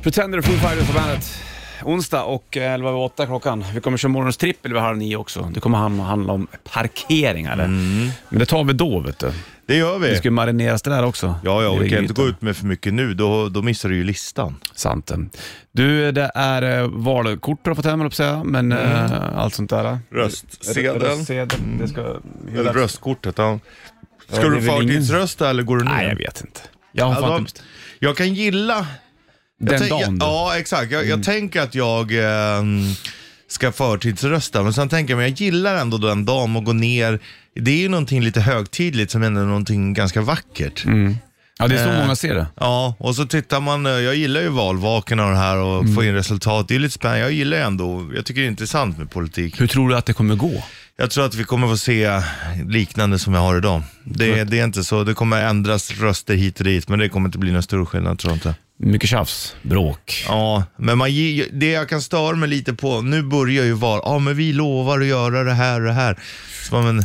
Speaker 2: Pretender och Foo Fighters på bandet. Onsdag och eh, 11 över 8 klockan. Vi kommer köra morgonens trippel vid halv nio också. Det kommer han- handla om parkeringar.
Speaker 3: Mm.
Speaker 2: Men det tar vi då, vet du.
Speaker 3: Det gör
Speaker 2: Det
Speaker 3: vi.
Speaker 2: ska ju marineras det där också.
Speaker 3: Ja, ja,
Speaker 2: I
Speaker 3: vi kan inte
Speaker 2: grytan.
Speaker 3: gå ut med för mycket nu, då, då missar du ju listan.
Speaker 2: Sant. det. Du, det är eh, valkort du har fått hem, höll jag på att säga, men
Speaker 3: Mm.
Speaker 2: eh, allt sånt där.
Speaker 3: Röstsedeln. Mm.
Speaker 2: Röstsedeln. Det ska
Speaker 3: Eller
Speaker 2: hyllas.
Speaker 3: röstkortet. Ja. Ska
Speaker 2: Ja, det är
Speaker 3: du
Speaker 2: väl ingen-
Speaker 3: förtidsrösta eller går du ner?
Speaker 2: Nej, jag vet inte. Jag har
Speaker 3: Ja,
Speaker 2: fan
Speaker 3: de-
Speaker 2: inte...
Speaker 3: jag kan gilla
Speaker 2: Den
Speaker 3: tänk-
Speaker 2: dagen då. Mm.
Speaker 3: Ja, exakt. Jag, jag tänker att jag ehm, ska förtidsrösta, men sen tänker jag, men jag gillar ändå den dagen och gå ner. Det är ju någonting lite högtidligt som ändå är någonting ganska vackert.
Speaker 2: Mm. Ja, det är så många ser det.
Speaker 3: Ja, och så tittar man, eh, jag gillar ju valvakorna och det här och
Speaker 2: Mm.
Speaker 3: få in resultat. Det är lite spännande. Jag gillar ju ändå, jag tycker det är intressant med politik.
Speaker 2: Hur tror du att det kommer gå?
Speaker 3: Jag tror att vi kommer få se liknande som vi har idag.
Speaker 2: Mm.
Speaker 3: Det, det är inte så, det kommer ändras röster hit och dit, men det kommer inte bli någon stor skillnad tror jag inte.
Speaker 2: Mycket tjafs, bråk.
Speaker 3: Ja, men man, ge- det jag kan störa mig lite på, nu börjar ju val, ja men vi lovar att göra det här och det här. Så, bara, men,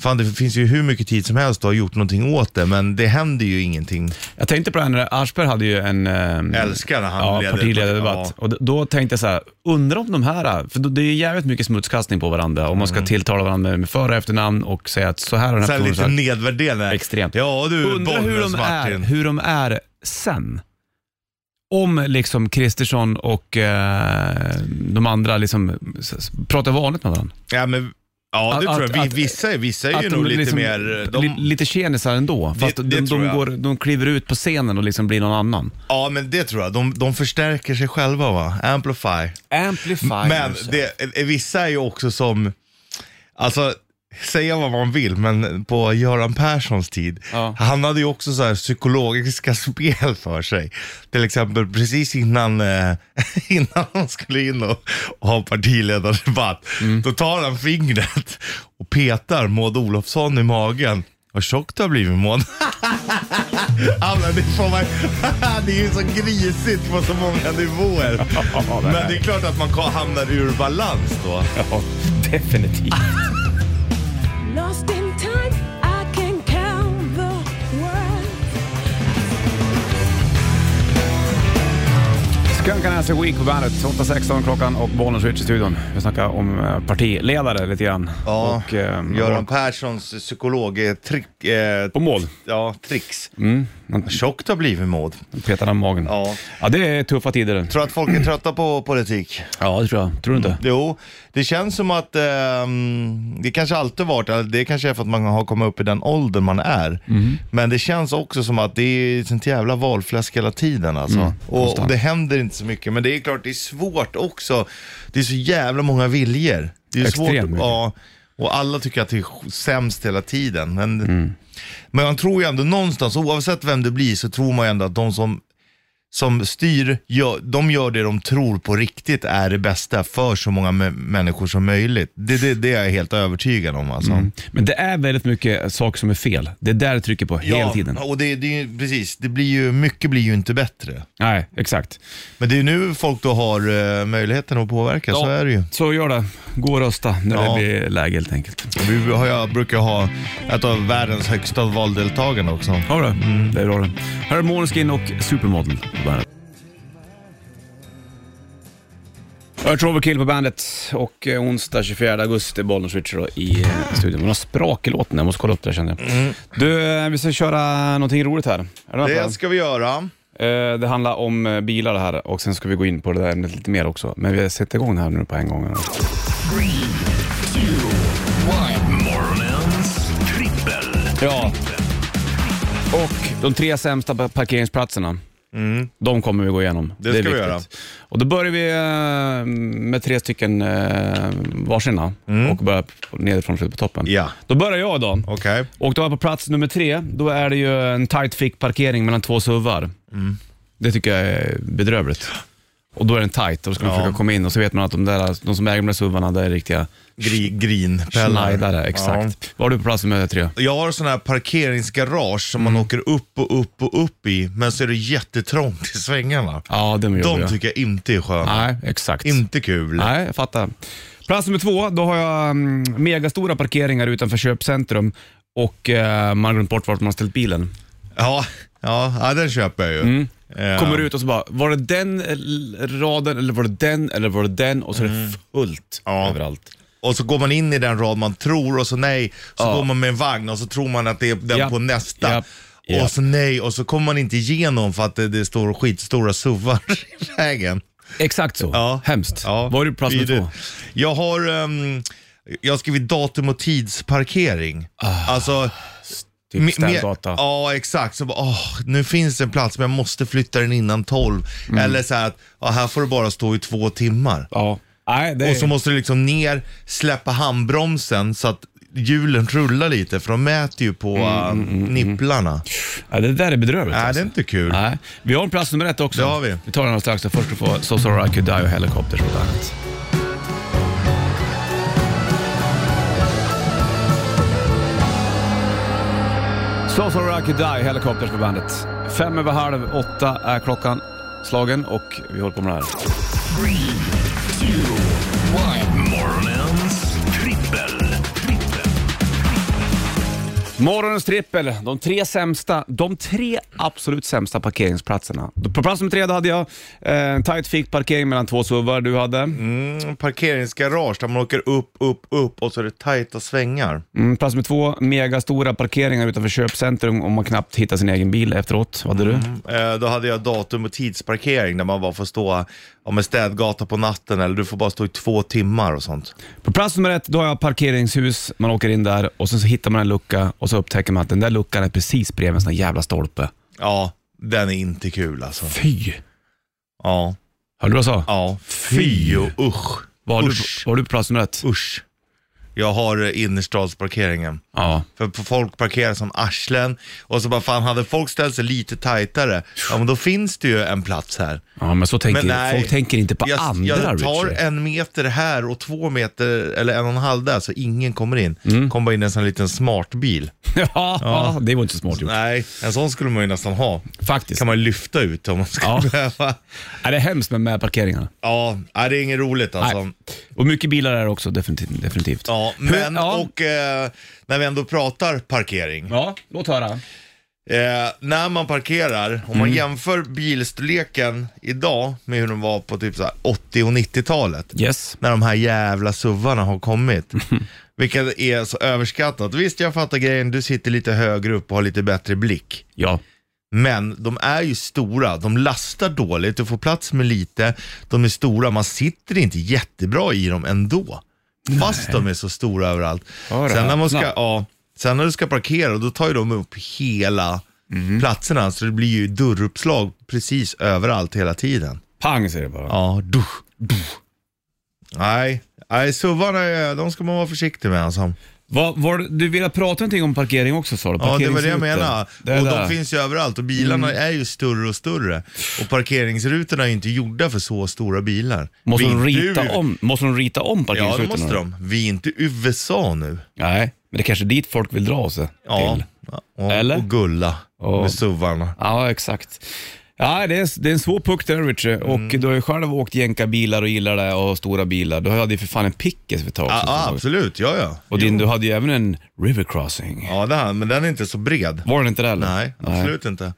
Speaker 3: fan det finns ju hur mycket tid som helst att ha gjort någonting åt det, men det händer ju ingenting.
Speaker 2: Jag tänkte på det här när Aschberg hade ju en... ehm,
Speaker 3: Älskar när han
Speaker 2: ja,
Speaker 3: leder-
Speaker 2: partiledardebatt.
Speaker 3: Ja.
Speaker 2: Och d- då tänkte jag så här, undrar om de här, för då- det är ju jävligt mycket smutskastning på varandra om man ska tilltala varandra med för och efternamn och säga att så här har den här
Speaker 3: Sen
Speaker 2: personen- så
Speaker 3: Mm. lite
Speaker 2: här.
Speaker 3: nedvärderande.
Speaker 2: Extremt.
Speaker 3: Ja du,
Speaker 2: Undrar hur de, är,
Speaker 3: Bollnäs-Martin.
Speaker 2: hur de är sen. Om liksom Kristersson och eh, de andra liksom s- s- pratar vanligt med varandra.
Speaker 3: Ja, men, ja det
Speaker 2: Att-
Speaker 3: tror jag. Vi,
Speaker 2: att-
Speaker 3: vissa, är- vissa är ju
Speaker 2: Att de
Speaker 3: nog lite
Speaker 2: liksom-
Speaker 3: mer...
Speaker 2: li,
Speaker 3: De,
Speaker 2: lite tjenisar ändå, fast
Speaker 3: Det- det
Speaker 2: de,
Speaker 3: tror
Speaker 2: de,
Speaker 3: jag.
Speaker 2: går, de kliver ut på scenen och liksom blir någon annan.
Speaker 3: ja men det tror jag. De, de förstärker sig själva va? Amplify.
Speaker 2: Amplifiers.
Speaker 3: Men det, vissa är ju också som, alltså säga vad man vill, men på Göran Perssons tid,
Speaker 2: Ja.
Speaker 3: han hade ju också så här psykologiska spel för sig. Till exempel precis innan, eh, innan han skulle in och, och ha partiledardebatt, då tar han fingret och petar Maud Olofsson i magen. Vad tjock du har blivit Maud. Ja, men det, får man, det är ju så grisigt på så många nivåer. Men det är klart att man ka- hamnar ur balans då.
Speaker 2: Ja, definitivt.
Speaker 7: Lost in time, I can count the words.
Speaker 2: Skunk and Acid Week på bandet. 8.16 klockan och Bollnäs Switch i studion. Vi snackar om eh, partiledare lite grann.
Speaker 3: Ja,
Speaker 2: och, eh,
Speaker 3: Göran Perssons psykologtrick. Eh,
Speaker 2: På mål.
Speaker 3: ja, tricks.
Speaker 2: Mm.
Speaker 3: Vad Tjockt har blivit Maud.
Speaker 2: Petar han magen.
Speaker 3: Ja.
Speaker 2: ja, det är tuffa tider. det.
Speaker 3: Tror att folk är trötta på politik?
Speaker 2: Ja, det tror jag. Tror du inte?
Speaker 3: Jo, det känns som att ehm, det kanske alltid varit, eller det kanske är för att man har kommit upp i den ålder man är.
Speaker 2: Mhm.
Speaker 3: Men det känns också som att det är sånt jävla valfläsk hela tiden alltså.
Speaker 2: Mm,
Speaker 3: och, och det händer inte så mycket. Men det är klart, det är svårt också. Det är så jävla många viljor. Det är
Speaker 2: Extremt
Speaker 3: svårt.
Speaker 2: mycket. Mm.
Speaker 3: Ja, och alla tycker att det är sk- sämst hela tiden. Men Men man tror ju ändå någonstans, oavsett vem det blir, så tror man ju ändå att de som, som styr, gör, de gör det de tror på riktigt är det bästa för så många mä- människor som möjligt. Det, det, det är jag helt övertygad om alltså.
Speaker 2: Men det är väldigt mycket saker som är fel. Det är där det trycker på hela tiden.
Speaker 3: och det, det är ju precis, det blir ju, mycket blir ju inte bättre.
Speaker 2: Nej, exakt.
Speaker 3: Men det är ju nu folk då har eh, möjligheten att påverka, så är det ju.
Speaker 2: Så gör det. Gå och rösta när
Speaker 3: Ja.
Speaker 2: det blir läge helt enkelt.
Speaker 3: Och Vi har, jag brukar ha ett av världens högsta valdeltagande också.
Speaker 2: Har du? Mm. Det är bra det. Här är Måneskin och Supermodel på bandet. Earth Rover Kill på bandet och eh, onsdag 24 augusti, Bollnäs Switcher då i eh, studion. Det var sprak i låten, jag måste kolla upp det kände jag. Du, eh, vi ska köra någonting roligt här. Är du med på
Speaker 3: Det ska vi göra.
Speaker 2: Eh, Det handlar om eh, bilar det här och sen ska vi gå in på det där ämnet lite mer också. Men vi sätter igång det här nu på en gång.
Speaker 1: Morgonens trippel.
Speaker 2: Ja. Och de tre sämsta pa- parkeringsplatserna. De kommer vi gå igenom.
Speaker 3: Mm. Det
Speaker 2: är
Speaker 3: ska vi
Speaker 2: viktigt.
Speaker 3: göra.
Speaker 2: Och då börjar vi eh, med tre stycken eh, varsina och börjar nedifrån och slutar på toppen.
Speaker 3: Mm. Ja.
Speaker 2: Då börjar jag då.
Speaker 3: Okej.
Speaker 2: Och då på plats nummer tre, då är det ju en tight fick parkering mellan två suvar.
Speaker 3: Mm.
Speaker 2: Det tycker jag är bedrövligt. Och då är den tight och då ska man
Speaker 3: Ja.
Speaker 2: försöka komma in och så vet man att de, där, de som äger de där suvarna, det är riktiga
Speaker 3: Gri, grin.
Speaker 2: schneidare. Exakt. Vad har du på plats nummer tre?
Speaker 3: Ja. Jag har sådana här parkeringsgarage som
Speaker 2: Mm.
Speaker 3: man åker upp och upp och upp i, men så är det jättetrångt i svängarna.
Speaker 2: Ja, de är
Speaker 3: De
Speaker 2: jobbiga.
Speaker 3: tycker jag inte är sköna.
Speaker 2: Nej, exakt.
Speaker 3: Inte kul.
Speaker 2: Nej, jag fattar. Plats nummer två, då har jag mm, megastora parkeringar utanför köpcentrum och eh, man har glömt bort vart man har ställt bilen.
Speaker 3: Ja, ja, ja, den köper jag ju.
Speaker 2: Mm.
Speaker 3: Eh,
Speaker 2: Kommer ut och så bara, var det den el- raden eller var det den eller var det den och så är det fullt
Speaker 3: Mm. Ja.
Speaker 2: överallt.
Speaker 3: Och så går man in i den rad man tror och så nej, så
Speaker 2: Ja.
Speaker 3: går man med en vagn och så tror man att det är den
Speaker 2: Japp.
Speaker 3: på nästa.
Speaker 2: Japp.
Speaker 3: Och
Speaker 2: Japp.
Speaker 3: så nej, och så kommer man inte igenom för att det, det står skitstora suvar i vägen.
Speaker 2: Exakt så.
Speaker 3: Ja.
Speaker 2: Hemskt.
Speaker 3: Ja.
Speaker 2: Var är du på plats med
Speaker 3: Vidrigt.
Speaker 2: två?
Speaker 3: Jag har, ehm, jag har skrivit datum och tidsparkering. Alltså, me- me-
Speaker 2: Ah, Typ städgata.
Speaker 3: Ja, exakt. Så bara, åh, nu finns det en plats men jag måste flytta den innan tolv.
Speaker 2: Mm.
Speaker 3: Eller så här att, ja, här får du bara stå i två timmar.
Speaker 2: Ja. Nej, det är...
Speaker 3: Och så måste du liksom ner, släppa handbromsen så att hjulen rullar lite för de mäter ju
Speaker 2: Mm,
Speaker 3: på äh, nipplarna.
Speaker 2: ja, det där är bedrövligt.
Speaker 3: Nej,
Speaker 2: alltså.
Speaker 3: det är inte kul.
Speaker 2: Nej. Vi har en plats nummer ett också.
Speaker 3: Det har vi.
Speaker 2: Vi tar den alldeles strax. då. Först att få So Sorry I Could Die och Helicopters på bandet. So Sorry I Could Die, Helicopters på bandet. Fem över halv åtta är klockan slagen och vi håller på med det här.
Speaker 1: Morgonens trippel. trippel.
Speaker 2: Morgonens trippel, de tre sämsta, de tre absolut sämsta parkeringsplatserna. På plats nummer tre då hade jag eh, en tight fick parkering mellan två suvar du hade.
Speaker 3: Mm, parkeringsgarage där man åker upp, upp, upp och så är det tajta svängar.
Speaker 2: Mm, plats nummer två, megastora parkeringar utanför köpcentrum om man knappt hittar sin egen bil efteråt. Vad hade du?
Speaker 3: Eh, Då hade jag datum och tidsparkering där man bara får stå om en städgata på natten eller du får bara stå i två timmar och sånt.
Speaker 2: På plats nummer ett, då har jag parkeringshus. Man åker in där och sen så hittar man en lucka och så upptäcker man att den där luckan är precis bredvid en sån här jävla stolpe.
Speaker 3: Ja, den är inte kul alltså.
Speaker 2: Fy!
Speaker 3: Ja,
Speaker 2: Hörde du vad jag sa?
Speaker 3: ja. Fy och usch.
Speaker 2: Var du,
Speaker 3: usch.
Speaker 2: var du på plats nummer ett?
Speaker 3: Usch. Jag har eh, innerstadsparkeringen.
Speaker 2: Ja.
Speaker 3: För p- folk parkerar som arslen och så bara fan hade folk ställt sig lite tajtare, ja men då finns det ju en plats här.
Speaker 2: ja, men så tänker
Speaker 3: Men nej,
Speaker 2: folk tänker inte på
Speaker 3: jag,
Speaker 2: andra.
Speaker 3: Jag tar
Speaker 2: Richie.
Speaker 3: en meter här och två meter eller en och en halv där så ingen kommer in.
Speaker 2: Mm.
Speaker 3: Kommer bara in en sån liten smartbil.
Speaker 2: ja, ja, det var inte så smart gjort.
Speaker 3: Nej, en sån skulle man ju nästan ha.
Speaker 2: Faktiskt.
Speaker 3: Kan man ju lyfta ut om man ska
Speaker 2: Ja.
Speaker 3: behöva.
Speaker 2: Ja, det är hemskt med, med parkeringarna.
Speaker 3: Ja, nej, det är inget roligt alltså.
Speaker 2: Nej. Och mycket bilar är det också, definitivt. definitivt.
Speaker 3: Ja,
Speaker 2: Hur-
Speaker 3: men
Speaker 2: ja.
Speaker 3: och eh, när vi ändå pratar parkering.
Speaker 2: ja, låt höra.
Speaker 3: Eh, när man parkerar, om man
Speaker 2: Mm.
Speaker 3: jämför bilstorleken idag med hur den var på typ så här 80 och 90-talet,
Speaker 2: Yes.
Speaker 3: när de här jävla suvarna har kommit, vilket är så överskattat. Visst, jag fattar grejen, du sitter lite högre upp och har lite bättre blick.
Speaker 2: Ja.
Speaker 3: Men de är ju stora, de lastar dåligt, du får plats med lite, de är stora, man sitter inte jättebra i dem ändå. Fast de är så stora överallt.
Speaker 2: Hör
Speaker 3: Sen när, man ska,
Speaker 2: häpna.
Speaker 3: ja, sen när du ska parkera, då tar ju de upp hela platserna, så det blir ju dörruppslag precis överallt hela tiden.
Speaker 2: Pang säger det bara.
Speaker 3: Ja, dusch, dusch. Nej, nej suvarna är- de ska man vara försiktig med alltså.
Speaker 2: Vad, var, du ville prata någonting om parkering också sa du?
Speaker 3: Ja, det var det jag
Speaker 2: Parkeringsrutor.
Speaker 3: menade.
Speaker 2: Det
Speaker 3: och
Speaker 2: där. Mm.
Speaker 3: de finns ju överallt och bilarna är ju större och större. Och parkeringsrutorna är ju inte gjorda för så stora bilar.
Speaker 2: Måste
Speaker 3: Vi är
Speaker 2: de,
Speaker 3: inte
Speaker 2: rita
Speaker 3: ur-
Speaker 2: om, måste de rita om
Speaker 3: Ja, det
Speaker 2: parkeringsrutorna?
Speaker 3: måste de. Vi är inte USA nu.
Speaker 2: Nej, men det är kanske är dit folk vill dra sig
Speaker 3: Ja.
Speaker 2: till.
Speaker 3: Och,
Speaker 2: Eller?
Speaker 3: och gulla
Speaker 2: Ja.
Speaker 3: med suvarna.
Speaker 2: Ja, exakt. Ja, det, är, det är en svår puck där Richard.
Speaker 3: Mm.
Speaker 2: Och du har ju själv åkt jänkarbilar och gillar det och stora bilar. Du hade ju för fan en pickis för ett tag
Speaker 3: Ja,
Speaker 2: sedan.
Speaker 3: ja, absolut. Ja, ja.
Speaker 2: Och din, du hade ju även en river crossing.
Speaker 3: Ja, det här, men den är inte så bred.
Speaker 2: Var den inte det? eller?
Speaker 3: Nej, absolut inte.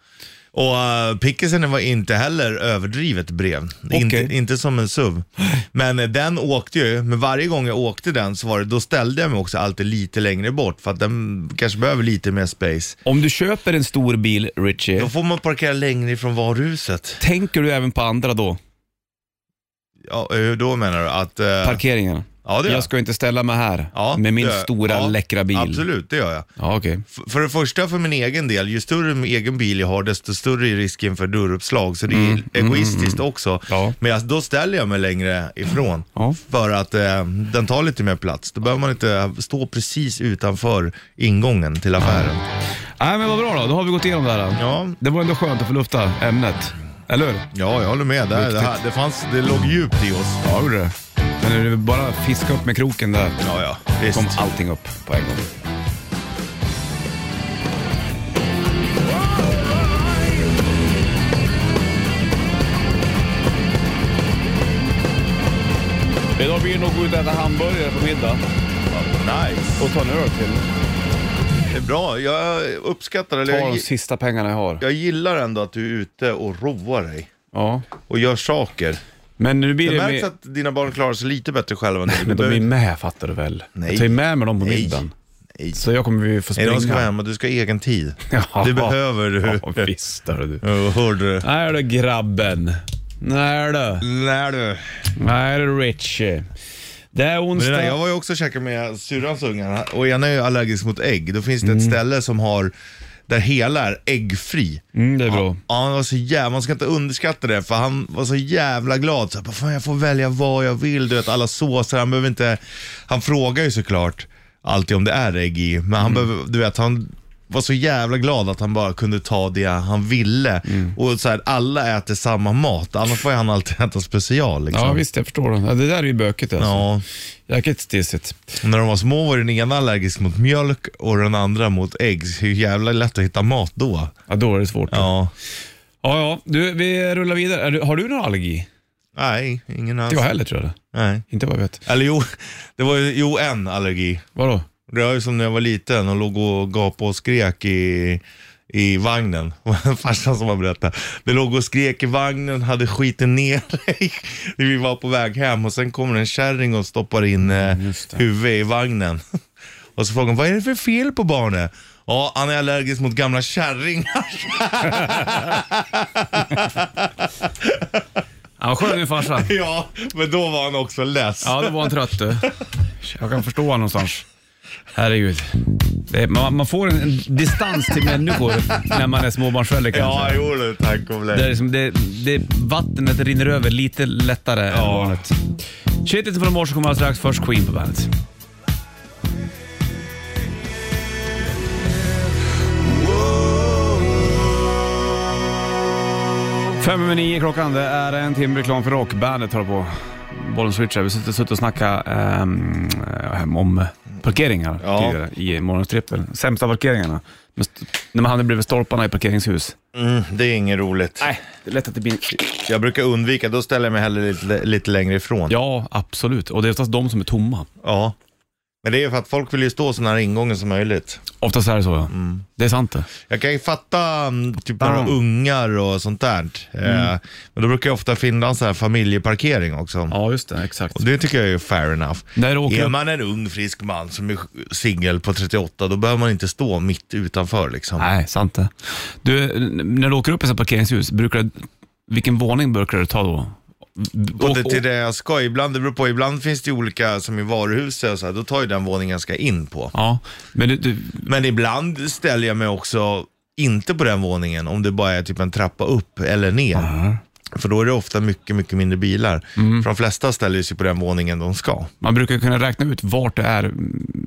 Speaker 3: Och uh, pickisen var inte heller överdrivet bred. Inte, inte som en SUV. Men eh, den åkte ju, men varje gång jag åkte den så var det, då ställde jag mig också alltid lite längre bort för att den kanske behöver lite mer space.
Speaker 2: Om du köper en stor bil, Richie,
Speaker 3: Då får man parkera längre ifrån varuhuset.
Speaker 2: tänker du även på andra då?
Speaker 3: Ja, eh, hur då menar du? Att, eh,
Speaker 2: Parkeringen?
Speaker 3: ja, det gör
Speaker 2: jag ska inte ställa mig här
Speaker 3: Ja,
Speaker 2: med min
Speaker 3: det-
Speaker 2: stora
Speaker 3: ja,
Speaker 2: läckra bil.
Speaker 3: Absolut, det gör jag.
Speaker 2: Ja, okej.
Speaker 3: F- För det första för min egen del, ju större min egen bil jag har desto större är risken för dörruppslag. Så det är egoistiskt också.
Speaker 2: Ja.
Speaker 3: Men jag, då ställer jag mig längre ifrån.
Speaker 2: Ja.
Speaker 3: För att eh, den tar lite mer plats. Då behöver man inte stå precis utanför ingången till affären.
Speaker 2: Nej, men vad bra då. Då har vi gått igenom det här.
Speaker 3: Ja,
Speaker 2: Det var ändå skönt att få lufta ämnet. Eller hur?
Speaker 3: ja jag håller med. Det, här, det, här, det, fanns, det låg djupt i oss.
Speaker 2: Ja, gjorde det. Men det är bara att fiska upp med kroken där.
Speaker 3: Ja, ja. Visst.
Speaker 2: kom allting upp på en gång. Idag blir det nog gå ut och äta hamburgare på middag
Speaker 3: Nice.
Speaker 2: och ta en öl till.
Speaker 3: Det är bra. Jag uppskattar eller
Speaker 2: Ta
Speaker 3: jag,
Speaker 2: de
Speaker 3: gi-
Speaker 2: sista pengarna jag har.
Speaker 3: jag gillar ändå att du är ute och roar dig.
Speaker 2: Ja.
Speaker 3: Och gör saker.
Speaker 2: Men nu blir
Speaker 3: Det
Speaker 2: det...
Speaker 3: märks
Speaker 2: Med,
Speaker 3: att dina barn klarar sig lite bättre själva än dig. Du
Speaker 2: men de
Speaker 3: behöver
Speaker 2: är med fattar du väl?
Speaker 3: Nej.
Speaker 2: Jag tar ju med mig dem på
Speaker 3: Nej.
Speaker 2: middagen.
Speaker 3: Nej.
Speaker 2: Så jag kommer ju få
Speaker 3: Nej,
Speaker 2: springa.
Speaker 3: de ska vara hemma. Du ska ha egen tid. Det behöver du.
Speaker 2: Ja, visst hör du.
Speaker 3: Ja, Hörde du?
Speaker 2: Nej du grabben. Nej du.
Speaker 3: Nej du.
Speaker 2: Nej du Richie. Det är
Speaker 3: Men
Speaker 2: onsdag.
Speaker 3: det där, jag var ju också och käkade med syrrans ungar och ena är ju allergisk mot ägg. Då finns det ett ställe som har, där hela är äggfri.
Speaker 2: Mm, det är bra.
Speaker 3: Ja, han var så jävla, man ska inte underskatta det för han var så jävla glad. Så här, "Vad fan, jag får välja vad jag vill, du vet alla såser. Han behöver inte, han frågar ju såklart alltid om det är ägg i, men
Speaker 2: Mm.
Speaker 3: han behöver, du vet han var så jävla glad att han bara kunde ta det han ville.
Speaker 2: Mm.
Speaker 3: Och så här, alla äter samma mat, annars får ju han alltid äta special. Liksom.
Speaker 2: Ja visst, jag förstår. det. Ja, det där är ju bökigt alltså.
Speaker 3: Ja.
Speaker 2: Jäkligt stissigt.
Speaker 3: Och När de var små var den ena allergisk mot mjölk och den andra mot ägg. Så Hur jävla lätt att hitta mat då?
Speaker 2: Ja, då är det svårt. Ja,
Speaker 3: Ja.
Speaker 2: ja. Du, vi rullar vidare. Är du, har du någon allergi?
Speaker 3: Nej, ingen alls.
Speaker 2: Inte jag heller tror jag. det.
Speaker 3: Nej.
Speaker 2: Inte vad jag vet.
Speaker 3: Eller jo, det var ju jo, en allergi.
Speaker 2: Vadå?
Speaker 3: Det var ju som när jag var liten och låg och gapade och skrek i, i vagnen. Det var Farsan som har berättat. Det låg och skrek i vagnen, hade skiten ner dig. Vi var på väg hem och sen kommer en kärring och stoppar in
Speaker 2: Mm,
Speaker 3: eh, huvudet i vagnen. Och så frågar hon, vad är det för fel på barnet? Ja, han är allergisk mot gamla kärringar.
Speaker 2: Ja, skön din farsa.
Speaker 3: Ja, men då var han också less.
Speaker 2: Ja, då var han trött du. Jag kan förstå honom någonstans. Herregud. Det är, man, man får en, en distans till människor när man är småbarnsförälder kanske.
Speaker 3: Ja, jo du, tack och
Speaker 2: Det är
Speaker 3: belägg.
Speaker 2: liksom det, det, vattnet rinner över lite lättare än
Speaker 3: Ja.
Speaker 2: vanligt. Shitet från morse kommer alldeles strax. Först Queen på bandet. Fem över nio klockan, det är en timme reklam för rock. Bandet håller på. Bollen switchar. Vi sitter- suttit och snackat ehm, eh, om parkeringar
Speaker 3: Ja.
Speaker 2: tidigare i morgonstrippen. Sämsta parkeringarna. Men st- När man hamnar bredvid stolparna i parkeringshus.
Speaker 3: Mm, det är inget roligt.
Speaker 2: Nej, det är lätt att det blir...
Speaker 3: Jag brukar undvika, då ställer jag mig hellre lite, lite längre ifrån.
Speaker 2: Ja, absolut. Och det är oftast de som är tomma.
Speaker 3: Ja. Men det är ju för att folk vill ju stå så nära ingången som möjligt.
Speaker 2: Oftast är det så, ja. Det är sant det.
Speaker 3: Jag kan ju fatta mm, typ
Speaker 2: Fattar
Speaker 3: några
Speaker 2: de?
Speaker 3: ungar och sånt där. Eh, men då brukar jag ofta finnas så här familjeparkering också.
Speaker 2: Mm. Ja, just det. Exakt.
Speaker 3: Och det tycker jag är fair enough.
Speaker 2: När du åker
Speaker 3: Är
Speaker 2: upp...
Speaker 3: man en ung frisk man som är singel på 38, då behöver man inte stå mitt utanför liksom.
Speaker 2: Nej, sant det. Du, n- när du åker upp i ett parkeringshus, brukar du... Vilken våning brukar du ta då?
Speaker 3: Och
Speaker 2: Och-
Speaker 3: det
Speaker 2: och-
Speaker 3: till det jag ska, ibland, det beror på, ibland finns det ju olika, som i varuhuset och så här, då tar ju den våningen jag ska in på.
Speaker 2: Ja, men du... du
Speaker 3: Men ibland ställer jag mig också inte på den våningen om det bara är typ en trappa upp eller ner. För då är det ofta mycket, mycket mindre bilar. För de flesta ställer sig på den våningen de ska.
Speaker 2: Man brukar kunna räkna ut vart det är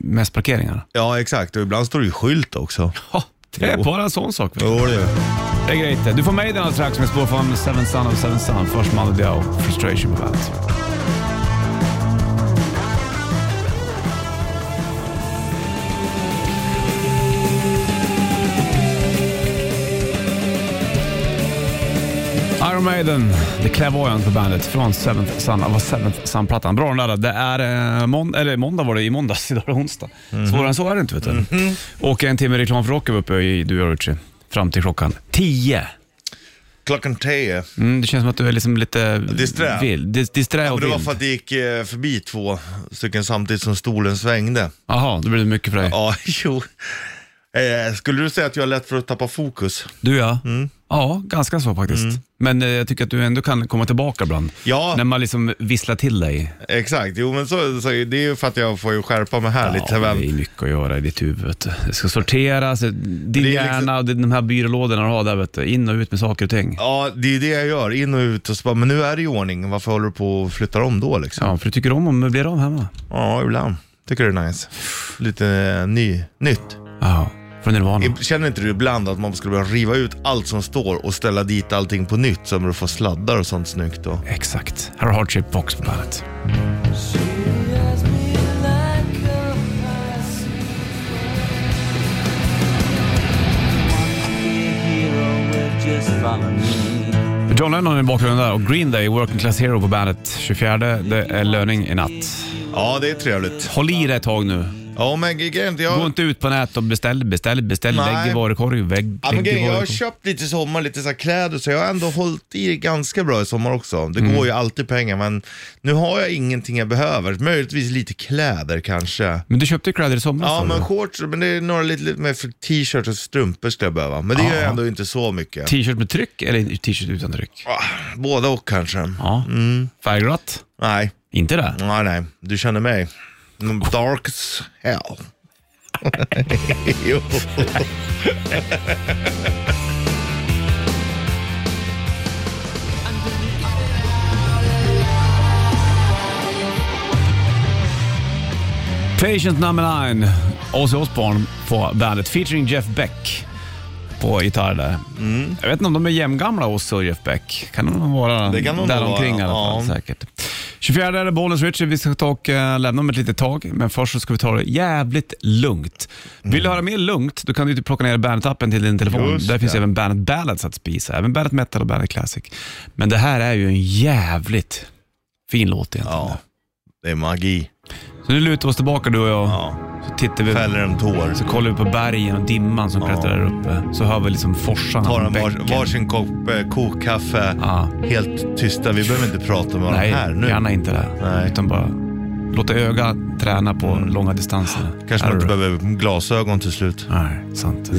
Speaker 2: mest parkeringar.
Speaker 3: Ja, exakt. Och ibland står det ju skylt också.
Speaker 2: Ha, det är
Speaker 3: Jo.
Speaker 2: bara en sån sak. vet du.
Speaker 3: Jo, det är-
Speaker 2: Det är grejt det. Du får Maiden alldeles strax med spår från Seven Son of Seven Son. Först Mando Diao, Frustration på bandet. Iron Maiden, The Clairvoyant på bandet från Seventh Sun, vad Seventh Sun-plattan. Bra den där. Det är eh, månd- eller måndag var det, i måndags, idag är det onsdag. Svårare än så är det inte vet du. Och en timme reklam för rock är vi uppe i, du och Richie, fram till klockan tio.
Speaker 3: Klockan tio.
Speaker 2: Mm, det känns som att du är liksom lite
Speaker 3: Disträ.
Speaker 2: vild. Dis- disträ och
Speaker 3: Men det var
Speaker 2: vild.
Speaker 3: för att det gick eh, förbi två stycken samtidigt som stolen svängde.
Speaker 2: Jaha, då blir det mycket för dig.
Speaker 3: Ja, jo. Eh, skulle du säga att jag är lätt för att tappa fokus?
Speaker 2: Du ja.
Speaker 3: Mm.
Speaker 2: Ja, ganska så faktiskt. Men eh, jag tycker att du ändå kan komma tillbaka ibland.
Speaker 3: Ja.
Speaker 2: När man liksom visslar till dig.
Speaker 3: Exakt, jo men så, så, det är ju för att jag får ju skärpa mig här lite.
Speaker 2: ja,
Speaker 3: Men,
Speaker 2: det är mycket att göra i ditt huvud. vet du. Det ska sorteras, din
Speaker 3: är liksom-
Speaker 2: hjärna och din- de här byrålådorna du har där. Vet du. In och ut med saker och ting.
Speaker 3: Ja, det är det jag gör. In och ut och så bara, men nu är det i ordning. Varför håller du på och flyttar om då liksom?
Speaker 2: Ja, för du tycker om att möblera om hemma.
Speaker 3: Ja, ibland. Tycker det är nice. Lite eh, ny, nytt.
Speaker 2: Ja, från Nirvana.
Speaker 3: Ib- Känner inte du ibland att man skulle behöva riva ut allt som står och ställa dit allting på nytt så att du får sladdar och sånt snyggt då?
Speaker 2: Exakt. Här har Hardship Box på bandet. John Lennon i bakgrunden där och Green Day, Working Class Hero på bandet. 24, det är löning i natt.
Speaker 3: Ja, det är trevligt.
Speaker 2: Håll i det ett tag nu.
Speaker 3: Ja, men grejen är
Speaker 2: Gå
Speaker 3: jag...
Speaker 2: inte ut på nätet och beställ, beställ, beställ.
Speaker 3: Nej.
Speaker 2: Lägg i varukorg, vägg,
Speaker 3: Ja, men
Speaker 2: lägg i
Speaker 3: grejen, jag har
Speaker 2: varukorg.
Speaker 3: köpt lite i sommar, lite så här kläder, så jag har ändå hållit i det ganska bra i sommar också. Det
Speaker 2: Mm.
Speaker 3: går ju alltid pengar, men nu har jag ingenting jag behöver. Möjligtvis lite kläder kanske.
Speaker 2: Men du köpte ju kläder i somras.
Speaker 3: Ja,
Speaker 2: sa du.
Speaker 3: men shorts, men det är några lite, lite mer för t-shirts och strumpor skulle jag behöva. Men det gör jag ändå inte så mycket.
Speaker 2: T-shirt med tryck eller t-shirt utan tryck?
Speaker 3: Ah, Båda och kanske.
Speaker 2: Ja.
Speaker 3: Mm.
Speaker 2: Färgglatt?
Speaker 3: Nej,
Speaker 2: Inte det?
Speaker 3: nej, nej. Du känner mig. Mm, Dark as hell. jo.
Speaker 2: Patient number nine, Ozzy Osbourne på bandet featuring Jeff Beck på gitarr där. Jag vet inte om de är jämngamla Ozzy och Jeff Beck. Kan de vara
Speaker 3: Det kan de nog
Speaker 2: däromkring
Speaker 3: vara,
Speaker 2: i alla fall
Speaker 3: ja.
Speaker 2: säkert. 24 är det Bollnäs Richie. Vi ska ta och eh, lämna om ett litet tag, men först så ska vi ta det jävligt lugnt. Vill du höra mer lugnt, då kan du ju plocka ner Bandet-appen till din telefon.
Speaker 3: Mm. Just
Speaker 2: där finns
Speaker 3: det.
Speaker 2: även Bandet Ballads att spisa, även Bandet Metal och Bandet Classic. Men det här är ju en jävligt fin låt egentligen.
Speaker 3: Ja, det är magi.
Speaker 2: Så nu lutar vi oss tillbaka du och jag.
Speaker 3: Ja.
Speaker 2: Så tittar vi
Speaker 3: Fäller en tår.
Speaker 2: så kollar vi på bergen och dimman som klättrar där uppe. Så hör vi liksom forsarna
Speaker 3: tar
Speaker 2: från
Speaker 3: en
Speaker 2: bäcken.
Speaker 3: var, varsin kopp eh, kokkaffe.
Speaker 2: Ja.
Speaker 3: Helt tysta, vi behöver inte prata med varandra
Speaker 2: Nej,
Speaker 3: här nu.
Speaker 2: gärna inte det.
Speaker 3: Nej. Mm.
Speaker 2: Utan bara låta öga träna på långa distanser.
Speaker 3: Kanske man
Speaker 2: Är
Speaker 3: inte
Speaker 2: det-
Speaker 3: behöver glasögon till slut.
Speaker 2: Nej, sant.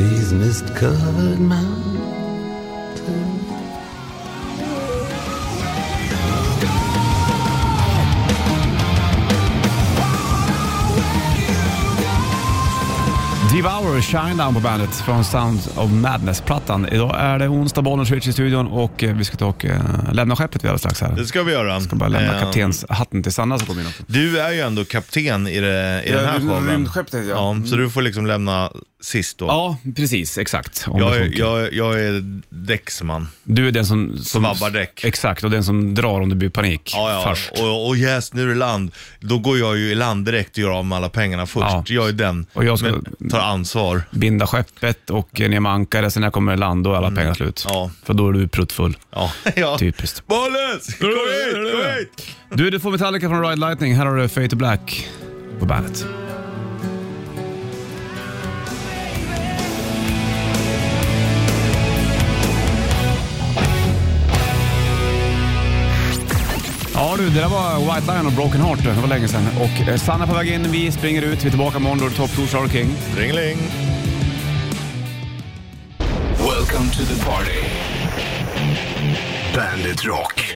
Speaker 2: Devour Shine Down på bandet från Sounds of Madness-plattan. Idag är det onsdag, bollen switch i studion och eh, vi ska ta och eh, lämna skeppet vi alldeles strax här.
Speaker 3: Det ska vi göra.
Speaker 2: Ska bara lämna
Speaker 3: Eh,
Speaker 2: kaptenshatten till Sanna som kom in också.
Speaker 3: Du är ju ändå kapten i, det, i den här showen. Ja, så du får liksom lämna sist då.
Speaker 2: Ja, precis. Exakt. Om
Speaker 3: jag,
Speaker 2: det
Speaker 3: är,
Speaker 2: funkar.
Speaker 3: jag, jag är däcksman.
Speaker 2: Du är den som... som
Speaker 3: Svabbar däck.
Speaker 2: Exakt, och den som drar om det blir panik
Speaker 3: Ja, ja.
Speaker 2: först.
Speaker 3: Och, och yes, nu är det land. Då går jag ju i land direkt och gör av med alla pengarna först.
Speaker 2: Ja.
Speaker 3: Jag är den.
Speaker 2: Och jag ska-
Speaker 3: Men tar ansvar.
Speaker 2: Binda skeppet och eh, ner med ankare, sen när jag kommer i land då är alla pengar slut.
Speaker 3: Mm. Ja.
Speaker 2: För då är du pruttfull.
Speaker 3: Ja. ja.
Speaker 2: Typiskt.
Speaker 3: Bollens! Kom hit! Kom hit!
Speaker 2: Du, du får Metallica från Ride Lightning. Här har du Fate to Black på bandet. Ja du, det där var White Lion och Broken Heart. Det var länge sedan. Och eh, Sanna på väg in, vi springer ut. Vi är tillbaka imorgon. Då är det Top Tour Charlie King.
Speaker 3: Ringling.
Speaker 1: Welcome to the party. Bandit Rock.